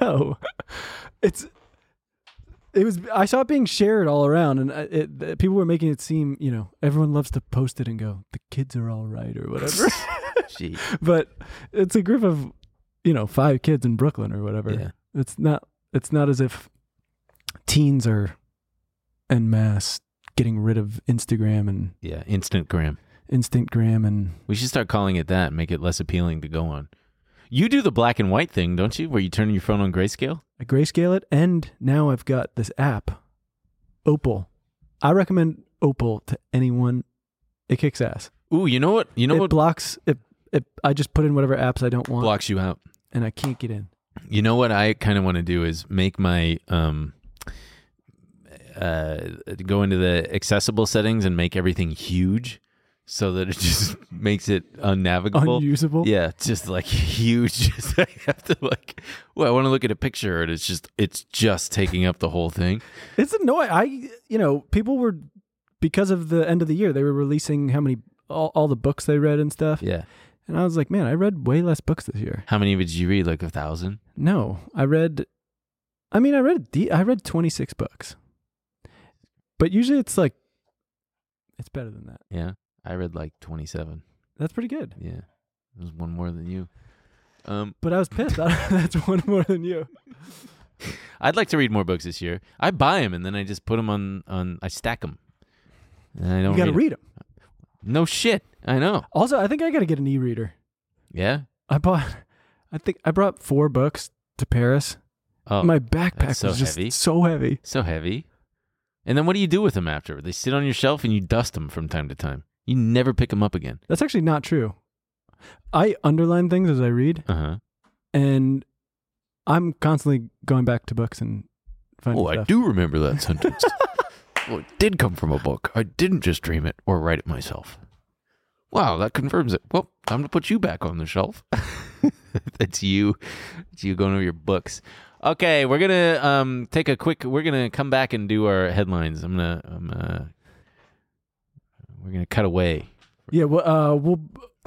Speaker 4: no, it's it was. I saw it being shared all around, and I- it, the people were making it seem you know everyone loves to post it and go the kids are all right or
Speaker 2: [laughs]
Speaker 4: whatever.
Speaker 2: Gee,
Speaker 4: but it's a group of you know five kids in Brooklyn or whatever.
Speaker 2: Yeah.
Speaker 4: It's not. It's not as if teens are en masse getting rid of Instagram and
Speaker 2: yeah, instant gram.
Speaker 4: Instantgram and
Speaker 2: We should start calling it that. and Make it less appealing to go on. You do the black and white thing, don't you? Where you turn your phone on grayscale?
Speaker 4: I grayscale it, and now I've got this app, Opal. I recommend Opal to anyone. It kicks ass.
Speaker 2: Ooh, you know what? You know
Speaker 4: it
Speaker 2: what
Speaker 4: blocks. It, it. I just put in whatever apps I don't want,
Speaker 2: blocks you out.
Speaker 4: and I can't get in.
Speaker 2: You know what I kind of want to do is make my um uh go into the accessible settings and make everything huge so that it [laughs] just makes it unnavigable.
Speaker 4: Unusable.
Speaker 2: Yeah, it's just like huge. [laughs] Just I have to like well, I want to look at a picture and it's just it's just taking up the whole thing.
Speaker 4: It's annoying. I, you know, people were because of the end of the year, they were releasing how many all, all the books they read and stuff.
Speaker 2: Yeah.
Speaker 4: And I was like, man, I read way less books this year.
Speaker 2: How many did you read? Like a thousand?
Speaker 4: No, I read. I mean, I read. De- I read twenty six books, but usually it's like, it's better than that.
Speaker 2: Yeah. I read like twenty seven.
Speaker 4: That's pretty good.
Speaker 2: Yeah. It was one more than you. Um
Speaker 4: But I was pissed. [laughs] That's one more than you.
Speaker 2: I'd like to read more books this year. I buy them and then I just put them on on I stack them. And I don't
Speaker 4: you got to
Speaker 2: 'em.
Speaker 4: read them.
Speaker 2: No shit. I know.
Speaker 4: Also, I think I got to get an e reader.
Speaker 2: Yeah.
Speaker 4: I bought. I think I brought four books to Paris.
Speaker 2: Oh.
Speaker 4: My backpack
Speaker 2: that's so
Speaker 4: was just
Speaker 2: heavy.
Speaker 4: so heavy.
Speaker 2: So heavy. And then what do you do with them after? They sit on your shelf and you dust them from time to time. You never pick them up again.
Speaker 4: That's actually not true. I underline things as I read,
Speaker 2: Uh huh.
Speaker 4: and I'm constantly going back to books and finding
Speaker 2: Oh, I
Speaker 4: stuff.
Speaker 2: do remember that [laughs] sentence. well, it did come from a book. I didn't just dream it or write it myself. Wow, that confirms it. Well, time to put you back on the shelf. [laughs] That's you. It's you going over your books. Okay, we're gonna um take a quick. We're gonna come back and do our headlines. I'm gonna. I'm uh. We're gonna cut away.
Speaker 4: Yeah, well, uh, we'll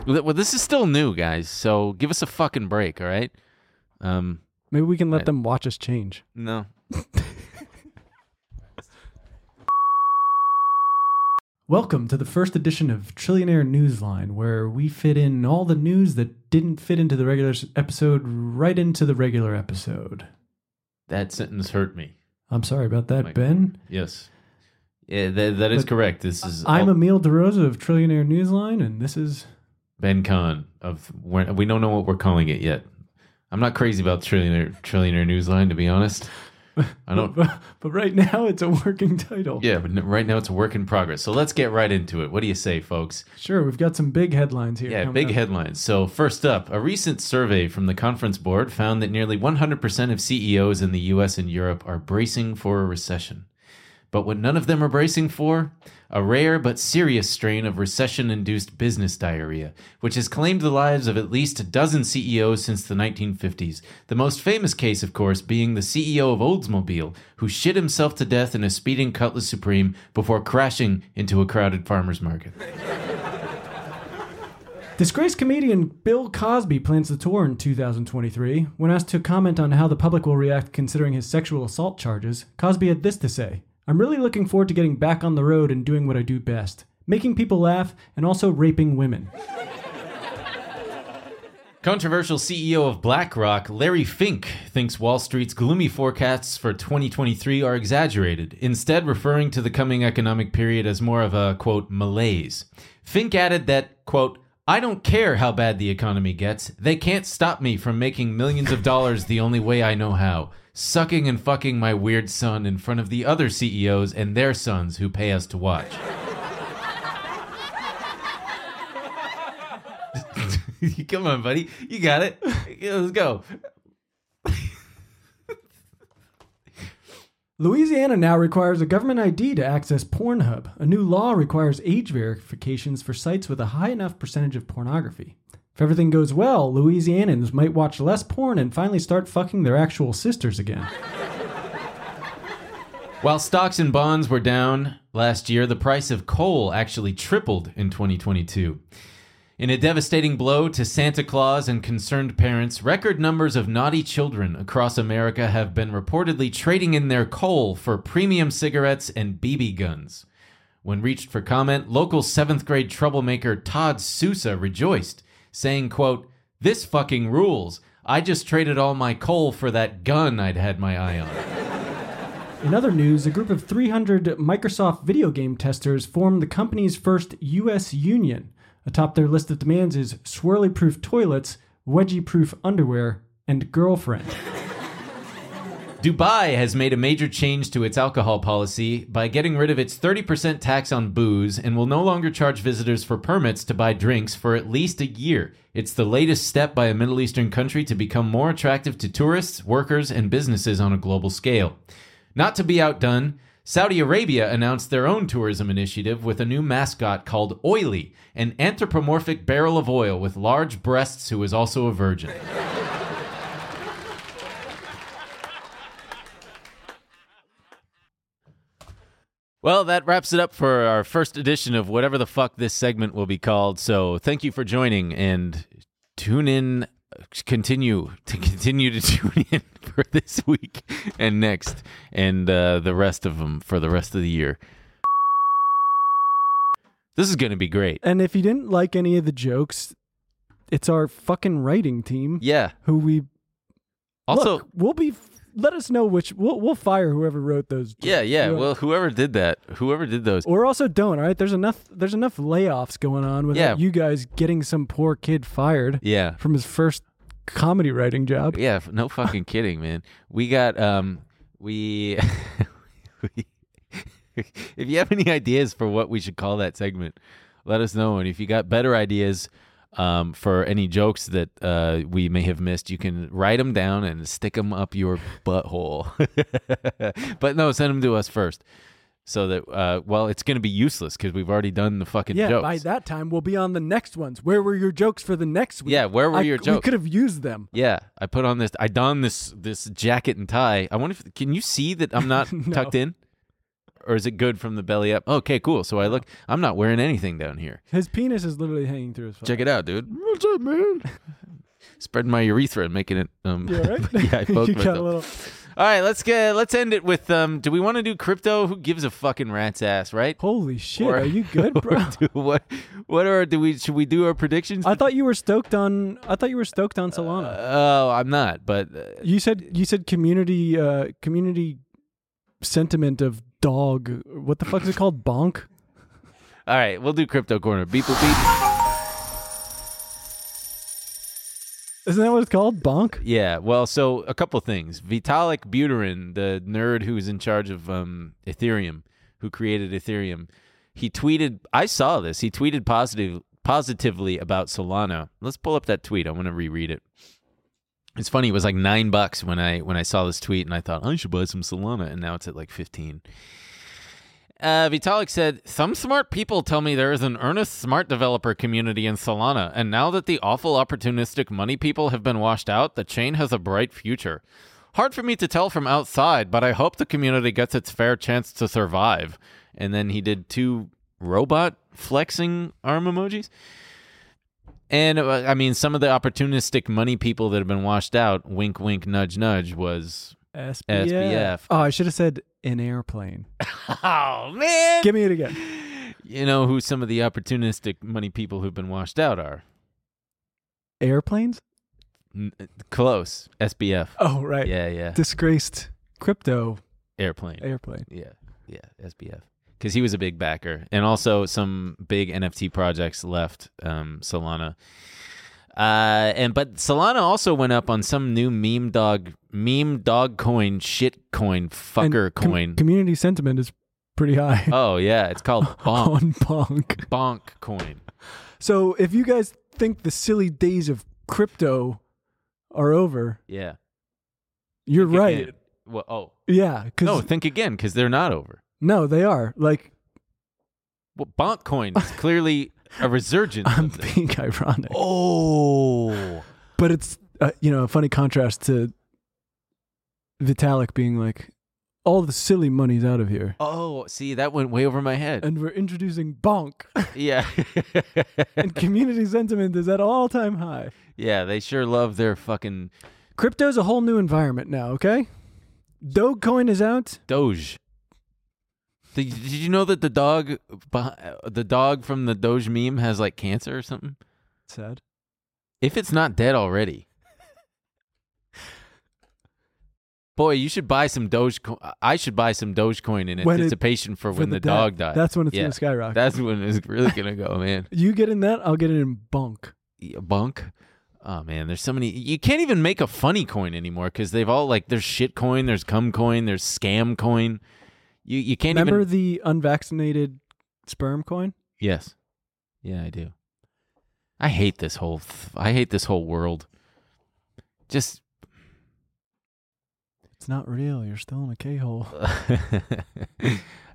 Speaker 2: Well, well, this is still new, guys. So give us a fucking break, all right? Um,
Speaker 4: maybe we can let
Speaker 2: Right.
Speaker 4: them watch us change.
Speaker 2: no.
Speaker 4: Welcome to the first edition of Trillionaire Newsline, where we fit in all the news that didn't fit into the regular s- episode right into the regular episode.
Speaker 2: That sentence hurt me.
Speaker 4: I'm sorry about that,
Speaker 2: Like-
Speaker 4: Ben.
Speaker 2: Yes. Yeah, that, that is
Speaker 4: But
Speaker 2: correct. This is
Speaker 4: I'm
Speaker 2: all-
Speaker 4: Emil DeRosa of Trillionaire Newsline, and this is
Speaker 2: Ben Kahn of we're, we don't know what we're calling it yet. I'm not crazy about trillionaire trillionaire newsline to be honest.
Speaker 4: [laughs]
Speaker 2: I don't.
Speaker 4: But, but right now, it's a working title.
Speaker 2: Yeah, but n- right now it's a work in progress. So let's get right into it. What do you say, folks?
Speaker 4: Sure, we've got some big headlines here.
Speaker 2: Yeah,
Speaker 4: coming
Speaker 2: big
Speaker 4: up.
Speaker 2: headlines. So, first up, a recent survey from the conference board found that nearly 100% of CEOs in the US and Europe are bracing for a recession. But what none of them are bracing for? A rare but serious strain of recession induced business diarrhea, which has claimed the lives of at least a dozen CEOs since the 1950s. The most famous case, of course, being the CEO of Oldsmobile, who shit himself to death in a speeding Cutlass Supreme before crashing into a crowded farmer's market.
Speaker 4: Disgraced comedian Bill Cosby plans to tour in 2023. When asked to comment on how the public will react considering his sexual assault charges, Cosby had this to say I'm really looking forward to getting back on the road and doing what I do best making people laugh and also raping women.
Speaker 2: Controversial CEO of BlackRock, Larry Fink, thinks Wall Street's gloomy forecasts for 2023 are exaggerated, instead, referring to the coming economic period as more of a, quote, malaise. Fink added that, quote, I don't care how bad the economy gets. They can't stop me from making millions of dollars the only way I know how sucking and fucking my weird son in front of the other CEOs and their sons who pay us to watch. [laughs] Come on, buddy. You got it. Yeah, Let's go.
Speaker 4: Louisiana now requires a government ID to access Pornhub. A new law requires age verifications for sites with a high enough percentage of pornography. If everything goes well, Louisianans might watch less porn and finally start fucking their actual sisters again.
Speaker 2: While stocks and bonds were down last year, the price of coal actually tripled in 2022. In a devastating blow to Santa Claus and concerned parents, record numbers of naughty children across America have been reportedly trading in their coal for premium cigarettes and BB guns. When reached for comment, local 7th grade troublemaker Todd Sousa rejoiced, saying, quote, "This fucking rules. I just traded all my coal for that gun I'd had my eye on."
Speaker 7: In other news, a group of 300 Microsoft video game testers formed the company's first U.S. union. Atop their list of demands is swirly proof toilets, wedgie proof underwear, and girlfriend.
Speaker 2: Dubai has made a major change to its alcohol policy by getting rid of its 30% tax on booze and will no longer charge visitors for permits to buy drinks for at least a year. It's the latest step by a Middle Eastern country to become more attractive to tourists, workers, and businesses on a global scale. Not to be outdone, Saudi Arabia announced their own tourism initiative with a new mascot called Oily, an anthropomorphic barrel of oil with large breasts who is also a virgin. Well, that wraps it up for our first edition of whatever the fuck this segment will be called. So thank you for joining and tune in. Continue to [laughs] continue to tune in for this week and next and uh, the rest of them for the rest of the year. This is going to be great.
Speaker 4: And if you didn't like any of the jokes, it's our fucking writing team
Speaker 2: Yeah.
Speaker 4: who we
Speaker 2: Also,
Speaker 4: Look, we'll be let us know which we'll we'll fire whoever wrote those. jokes.
Speaker 2: yeah, yeah.
Speaker 4: You know? Oh.
Speaker 2: Well, whoever did that, whoever did those,
Speaker 4: or also don't. All right, there's enough there's enough layoffs going on without
Speaker 2: Yeah.
Speaker 4: you guys getting some poor kid fired
Speaker 2: yeah,
Speaker 4: from his first comedy writing job.
Speaker 2: Yeah, f- no fucking kidding, man. We got um we, [laughs] we if you have any ideas for what we should call that segment, let us know. And if you got better ideas um, for any jokes that uh, we may have missed, you can write them down and stick them up your butthole. [laughs] but no, send them to us first, so that uh, well, it's going to be useless because we've already done the fucking
Speaker 4: Yeah,
Speaker 2: jokes.
Speaker 4: by that time we'll be on the next ones. Where were your jokes for the next week?
Speaker 2: Yeah, where were
Speaker 4: I-
Speaker 2: your
Speaker 4: We
Speaker 2: jokes?
Speaker 4: could have used them.
Speaker 2: Yeah, I put on this. I donned this this jacket and tie. I wonder if can you see that I'm
Speaker 4: [laughs]
Speaker 2: not
Speaker 4: No.
Speaker 2: tucked in, or is it good from the belly up? Okay, cool. So I look. I'm not wearing anything down here.
Speaker 4: His penis is literally hanging through his phone.
Speaker 2: Check it out, dude. What's up, man? [laughs] Spreading my urethra and making it. Um,
Speaker 4: You all right?
Speaker 2: [laughs] yeah,
Speaker 4: [laughs]
Speaker 2: I poked
Speaker 4: you
Speaker 2: myself.
Speaker 4: got a little.
Speaker 2: All right, let's get let's end it with. Um, do we want to do crypto? Who gives a fucking rat's ass, right? [laughs]
Speaker 4: Holy shit!
Speaker 2: Or-
Speaker 4: are you good,
Speaker 2: or [laughs]
Speaker 4: bro?
Speaker 2: do- what? What are? Do we? Should we do our predictions?
Speaker 4: I thought you were stoked on. I thought you were stoked on Solana.
Speaker 2: Oh, I'm not. But uh,
Speaker 4: You said you said community uh community sentiment of dog. What the fuck is it called? Bonk.
Speaker 2: all right, we'll do crypto corner. Beep boop beep.
Speaker 4: Isn't that what it's called? Bonk.
Speaker 2: Yeah, well, so a couple things. Vitalik Buterin, the nerd who's in charge of um, Ethereum, who created Ethereum, he tweeted. I saw this. He tweeted positive positively about Solana. Let's pull up that tweet. I want to reread it. It's funny. It was like nine bucks when I when I saw this tweet, and I thought I should buy some Solana, and now it's at like fifteen. Uh, Vitalik said, Some smart people tell me there is an earnest smart developer community in Solana, and now that the awful opportunistic money people have been washed out, the chain has a bright future. Hard for me to tell from outside, but I hope the community gets its fair chance to survive. And then he did two robot flexing arm emojis. And uh, I mean, some of the opportunistic money people that have been washed out, wink, wink, nudge, nudge, was.
Speaker 4: SBF.
Speaker 2: SBF.
Speaker 4: Oh, I should have said an airplane.
Speaker 2: [laughs] Oh, man!
Speaker 4: Give me it again.
Speaker 2: You know who some of the opportunistic money people who've been washed out are?
Speaker 4: Airplanes.
Speaker 2: N- close. SBF.
Speaker 4: Oh right.
Speaker 2: Yeah, yeah.
Speaker 4: Disgraced crypto
Speaker 2: Airplane.
Speaker 4: airplane.
Speaker 2: yeah, yeah. SBF. Because he was a big backer, and also some big NFT projects left um, Solana. Uh, and but Solana also went up on some new meme dog, meme dog coin, shit coin,
Speaker 4: And
Speaker 2: fucker
Speaker 4: com-
Speaker 2: coin.
Speaker 4: community sentiment is pretty high.
Speaker 2: oh yeah,
Speaker 4: [laughs]
Speaker 2: it's called bonk,
Speaker 4: on bonk.
Speaker 2: bonk coin.
Speaker 4: So if you guys think the silly days of crypto are over,
Speaker 2: Yeah,
Speaker 4: you're
Speaker 2: Think
Speaker 4: right.
Speaker 2: again. Well, oh
Speaker 4: Yeah, because
Speaker 2: no, think again, because they're not over.
Speaker 4: no, they are. Like
Speaker 2: Well, bonk coin is clearly a resurgence.
Speaker 4: I'm
Speaker 2: Of
Speaker 4: [laughs]
Speaker 2: this.
Speaker 4: being ironic.
Speaker 2: Oh.
Speaker 4: but it's uh, you know a funny contrast to Vitalik being like, all the silly money's out of here.
Speaker 2: Oh, see, that went way over my head.
Speaker 4: And we're introducing bonk.
Speaker 2: [laughs] yeah.
Speaker 4: and community sentiment is at all time high.
Speaker 2: [laughs] yeah, they sure love their fucking
Speaker 4: Crypto's a whole new environment now, okay? Dogecoin is out.
Speaker 2: Doge. Did, did you know that the dog beh- the dog from the Doge meme has like cancer or something?
Speaker 4: Sad.
Speaker 2: If it's not
Speaker 4: [laughs]
Speaker 2: dead already. Boy, you should buy some Dogecoin. I should buy some Dogecoin in
Speaker 4: When it-
Speaker 2: anticipation for, when
Speaker 4: the
Speaker 2: the,
Speaker 4: debt.
Speaker 2: dog dies.
Speaker 4: That's when it's
Speaker 2: Yeah.
Speaker 4: gonna skyrocket.
Speaker 2: That's when it's really gonna go, man.
Speaker 4: You get in that, I'll get it in bonk.
Speaker 2: Yeah, bunk. Oh man, there's so many. You can't even make a funny coin anymore because they've all like there's shit coin, there's cum coin, there's scam coin. You you can't
Speaker 4: Remember
Speaker 2: even.
Speaker 4: the unvaccinated sperm coin?
Speaker 2: yes. Yeah, I do. I hate this whole. Th- I hate this whole world. Just.
Speaker 4: It's not real. You're still in a K hole.
Speaker 2: [laughs]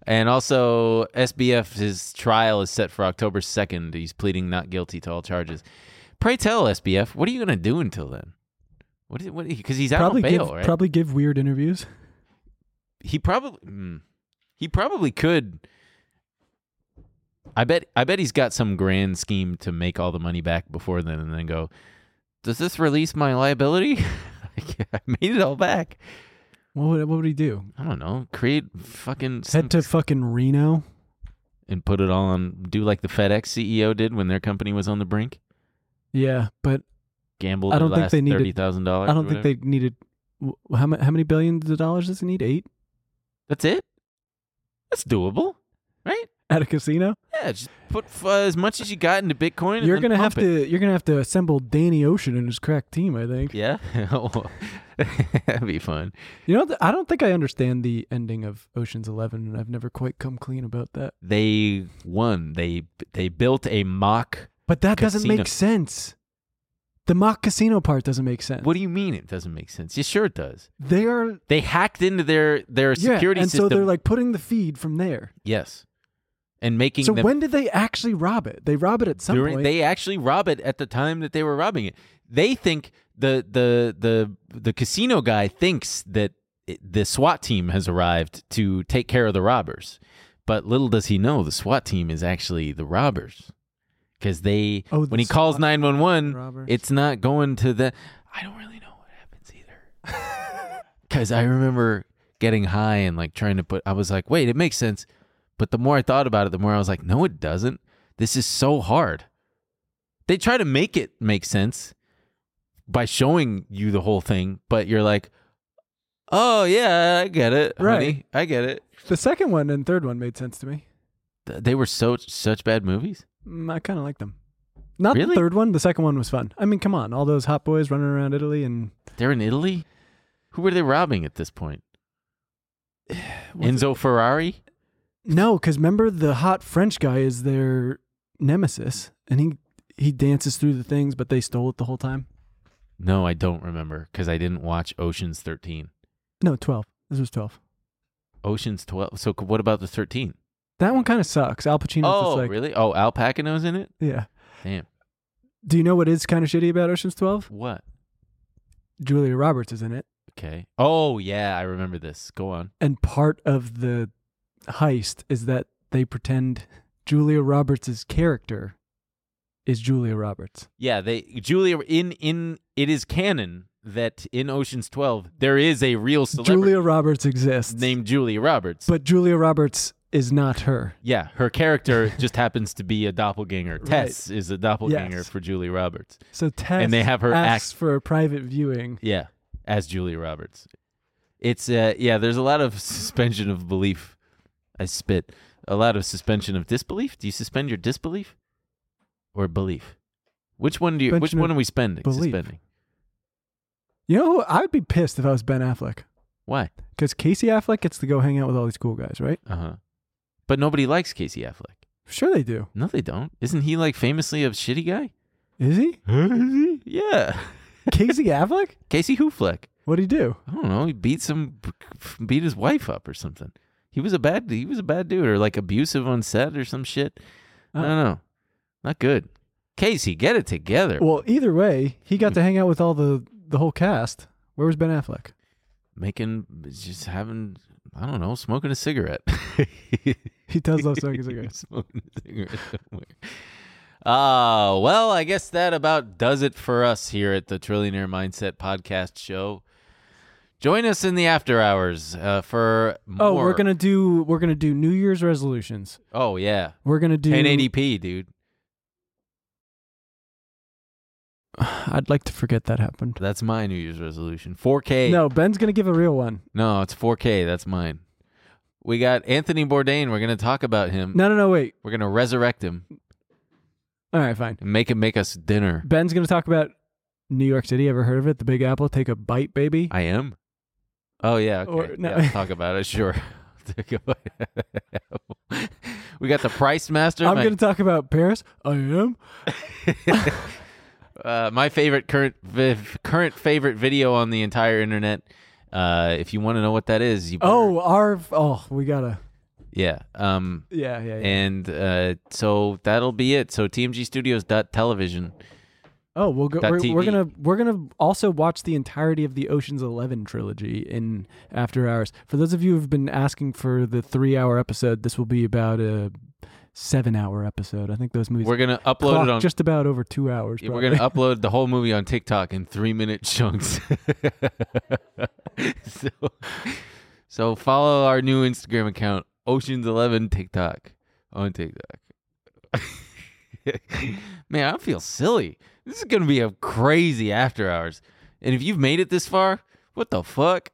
Speaker 2: and also, SBF his trial is set for October second. He's pleading not guilty to all charges. Pray tell SBF, what are you gonna do until then? What? Is, what? Because he's out
Speaker 4: probably
Speaker 2: on bail,
Speaker 4: give,
Speaker 2: right?
Speaker 4: probably give weird interviews.
Speaker 2: he probably mm, he probably could I bet I bet he's got some grand scheme to make all the money back before then and then go does this release my liability [laughs] I made it all back
Speaker 4: What would what would he do?
Speaker 2: I don't know create fucking some-
Speaker 4: Head to fucking Reno.
Speaker 2: and put it all on do like the FedEx CEO did when their company was on the brink
Speaker 4: Yeah, but
Speaker 2: gambled
Speaker 4: I don't
Speaker 2: their
Speaker 4: think
Speaker 2: last
Speaker 4: they needed-
Speaker 2: $30,000
Speaker 4: I don't think they needed. wh- How many how many billions of dollars does he need? Eight
Speaker 2: that's it that's doable right
Speaker 4: at a casino.
Speaker 2: yeah just put f- uh, as much as you got into Bitcoin and
Speaker 4: You're
Speaker 2: then
Speaker 4: gonna have
Speaker 2: pump it.
Speaker 4: to you're gonna have to assemble Danny Ocean and his crack team. I think.
Speaker 2: Yeah, [laughs] Oh, that'd be fun.
Speaker 4: You know, th- I don't think I understand the ending of Ocean's Eleven, and I've never quite come clean about that.
Speaker 2: They won. They they built a mock.
Speaker 4: But that doesn't
Speaker 2: Casino.
Speaker 4: make sense. The mock casino part doesn't make sense.
Speaker 2: What do you mean it doesn't make sense? Yeah, sure it does.
Speaker 4: they are
Speaker 2: They hacked into their their security
Speaker 4: yeah, and so
Speaker 2: system.
Speaker 4: they're like putting the feed from there.
Speaker 2: yes, and making
Speaker 4: So
Speaker 2: them
Speaker 4: when did they actually rob it? They rob it at some
Speaker 2: during-
Speaker 4: point.
Speaker 2: they actually rob it at the time that they were robbing it. They think the the the the casino guy thinks that it- the SWAT team has arrived to take care of the robbers, but little does he know the SWAT team is actually the robbers because they
Speaker 4: Oh, the
Speaker 2: when he calls
Speaker 4: SWAT
Speaker 2: nine one one,
Speaker 4: robbers.
Speaker 2: it's not going to the. I don't really know what happens either
Speaker 4: [laughs]
Speaker 2: because I remember getting high and like trying to put. I was like, wait, it makes sense. But the more I thought about it, the more I was like, no, it doesn't. This is so hard. They try to make it make sense by showing you the whole thing, but you're like, oh, yeah, I get it.
Speaker 4: Right.
Speaker 2: Honey. I get it.
Speaker 4: the second one and third one made sense to me.
Speaker 2: Th- They were so such bad movies.
Speaker 4: Mm, I kind of like them. Not the
Speaker 2: Really?
Speaker 4: third one. The second one was fun. I mean, come on, all those hot boys running around Italy and
Speaker 2: They're in Italy. Who were they robbing at this point? Enzo Ferrari?
Speaker 4: no, because remember the hot French guy is their nemesis, and he he dances through the things, but they stole it the whole time.
Speaker 2: No, I don't remember because I didn't watch Ocean's 13.
Speaker 4: No, twelve. This was twelve.
Speaker 2: Ocean's 12. So c- what about the 13?
Speaker 4: That one kind of sucks. Al Pacino's
Speaker 2: oh,
Speaker 4: just like,
Speaker 2: really? Oh, Al Pacino's in it?
Speaker 4: yeah.
Speaker 2: Damn.
Speaker 4: Do you know what is kind of shitty about Ocean's Twelve?
Speaker 2: What?
Speaker 4: Julia Roberts is in it,
Speaker 2: Okay. Oh, yeah, I remember this. Go on.
Speaker 4: and part of the heist is that they pretend Julia Roberts' character is Julia Roberts.
Speaker 2: Yeah, they Julia in in it is canon that in Ocean's 12 there is a real celebrity
Speaker 4: Julia Roberts exists.
Speaker 2: named Julia Roberts.
Speaker 4: But Julia Roberts is not her.
Speaker 2: yeah,
Speaker 4: [laughs]
Speaker 2: her character just happens to be a doppelganger. Tess is a doppelganger
Speaker 4: Yes.
Speaker 2: for Julia Roberts.
Speaker 4: So Tess
Speaker 2: And they have her
Speaker 4: asks
Speaker 2: act-
Speaker 4: for a private viewing.
Speaker 2: Yeah, as Julia Roberts. It's uh yeah, there's a lot of suspension of belief. I spit. A lot of suspension of disbelief. Do you suspend your disbelief or belief? Which one do you which
Speaker 4: Suspension
Speaker 2: one
Speaker 4: of
Speaker 2: are we spending?
Speaker 4: belief.
Speaker 2: Suspending.
Speaker 4: You know, who- I'd be pissed if I was Ben Affleck
Speaker 2: Why?
Speaker 4: because Casey Affleck gets to go hang out with all these cool guys, right?
Speaker 2: Uh huh. But nobody likes Casey Affleck.
Speaker 4: Sure, they do.
Speaker 2: No, they don't. Isn't he like famously a shitty guy?
Speaker 4: Is he
Speaker 2: yeah. [laughs]
Speaker 4: Casey Affleck?
Speaker 2: Casey Hoofleck.
Speaker 4: What'd he do?
Speaker 2: I don't know. He beat some, beat his wife up or something. He was a bad. He was a bad dude, or like abusive on set or some shit. I
Speaker 4: Oh.
Speaker 2: don't know. Not good. Casey, get it together.
Speaker 4: Well, either way, he
Speaker 2: Hmm.
Speaker 4: got to hang out with all the the whole cast. Where was Ben Affleck?
Speaker 2: Making just having I don't know, smoking a cigarette.
Speaker 4: [laughs] He does love
Speaker 2: [laughs]
Speaker 4: smoking cigarettes.
Speaker 2: Smoking a cigarette somewhere. Uh, well, I guess that about does it for us here at the Trillionaire Mindset Podcast Show. Join us in the after hours uh, for more.
Speaker 4: Oh, we're gonna do we're gonna do New Year's resolutions.
Speaker 2: Oh, yeah.
Speaker 4: We're gonna do
Speaker 2: 1080p, dude.
Speaker 4: I'd like to forget that happened.
Speaker 2: That's my New Year's resolution. 4K.
Speaker 4: No, Ben's gonna give a real one.
Speaker 2: No, it's 4K. That's mine. We got Anthony Bourdain. We're going to talk about him.
Speaker 4: No, no, no. Wait.
Speaker 2: We're going to resurrect him
Speaker 4: All right, fine.
Speaker 2: and make him make us dinner.
Speaker 4: Ben's gonna talk about New York City. Ever heard of it? The Big Apple. Take a bite, baby.
Speaker 2: I am. Oh yeah, okay.
Speaker 4: Or- no.
Speaker 2: Yeah, I'll talk about it. Sure. [laughs] Take a bite. [laughs] we got the Price Master.
Speaker 4: I'm
Speaker 2: my,
Speaker 4: gonna talk about Paris. I am.
Speaker 2: uh, my favorite current vi- current favorite video on the entire internet. Uh, if you want to know what that is, you better-
Speaker 4: Oh, our oh, we gotta.
Speaker 2: yeah. Um,
Speaker 4: Yeah, yeah. yeah.
Speaker 2: and uh, so that'll be it. So tmgstudios.television.
Speaker 4: Oh, we'll go.
Speaker 2: Dot
Speaker 4: We're, we're
Speaker 2: TV.
Speaker 4: gonna we're gonna also watch the entirety of the Ocean's Eleven trilogy in after hours. For those of you who've been asking for the three hour episode, this will be about a seven hour episode. I think those movies
Speaker 2: We're gonna upload
Speaker 4: clock
Speaker 2: it on.
Speaker 4: just about over two hours.
Speaker 2: [laughs] we're
Speaker 4: probably.
Speaker 2: gonna upload the whole movie on TikTok in three minute chunks. [laughs] so, so follow our new Instagram account, Oceans Eleven TikTok on TikTok. [laughs] Man, I feel silly. This is gonna be a crazy after hours. And if you've made it this far, what the fuck?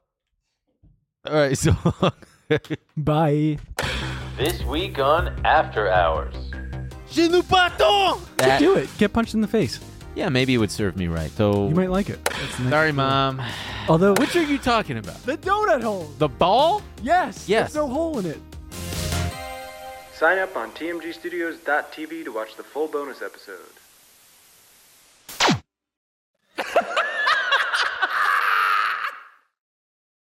Speaker 2: All right, so
Speaker 4: [laughs]
Speaker 2: [laughs]
Speaker 4: Bye.
Speaker 8: This week on After Hours.
Speaker 2: Je ne bâton. That-
Speaker 4: Do it. Get punched in the face.
Speaker 2: Yeah, maybe it would serve me right. So
Speaker 4: You might like it. It's
Speaker 2: [laughs]
Speaker 4: nice.
Speaker 2: sorry, mom.
Speaker 4: Although
Speaker 2: Which are you talking about?
Speaker 4: the donut hole.
Speaker 2: The ball?
Speaker 4: Yes.
Speaker 2: Yes.
Speaker 4: There's no hole in it.
Speaker 9: Sign up on tmgstudios.tv to watch the full bonus episode.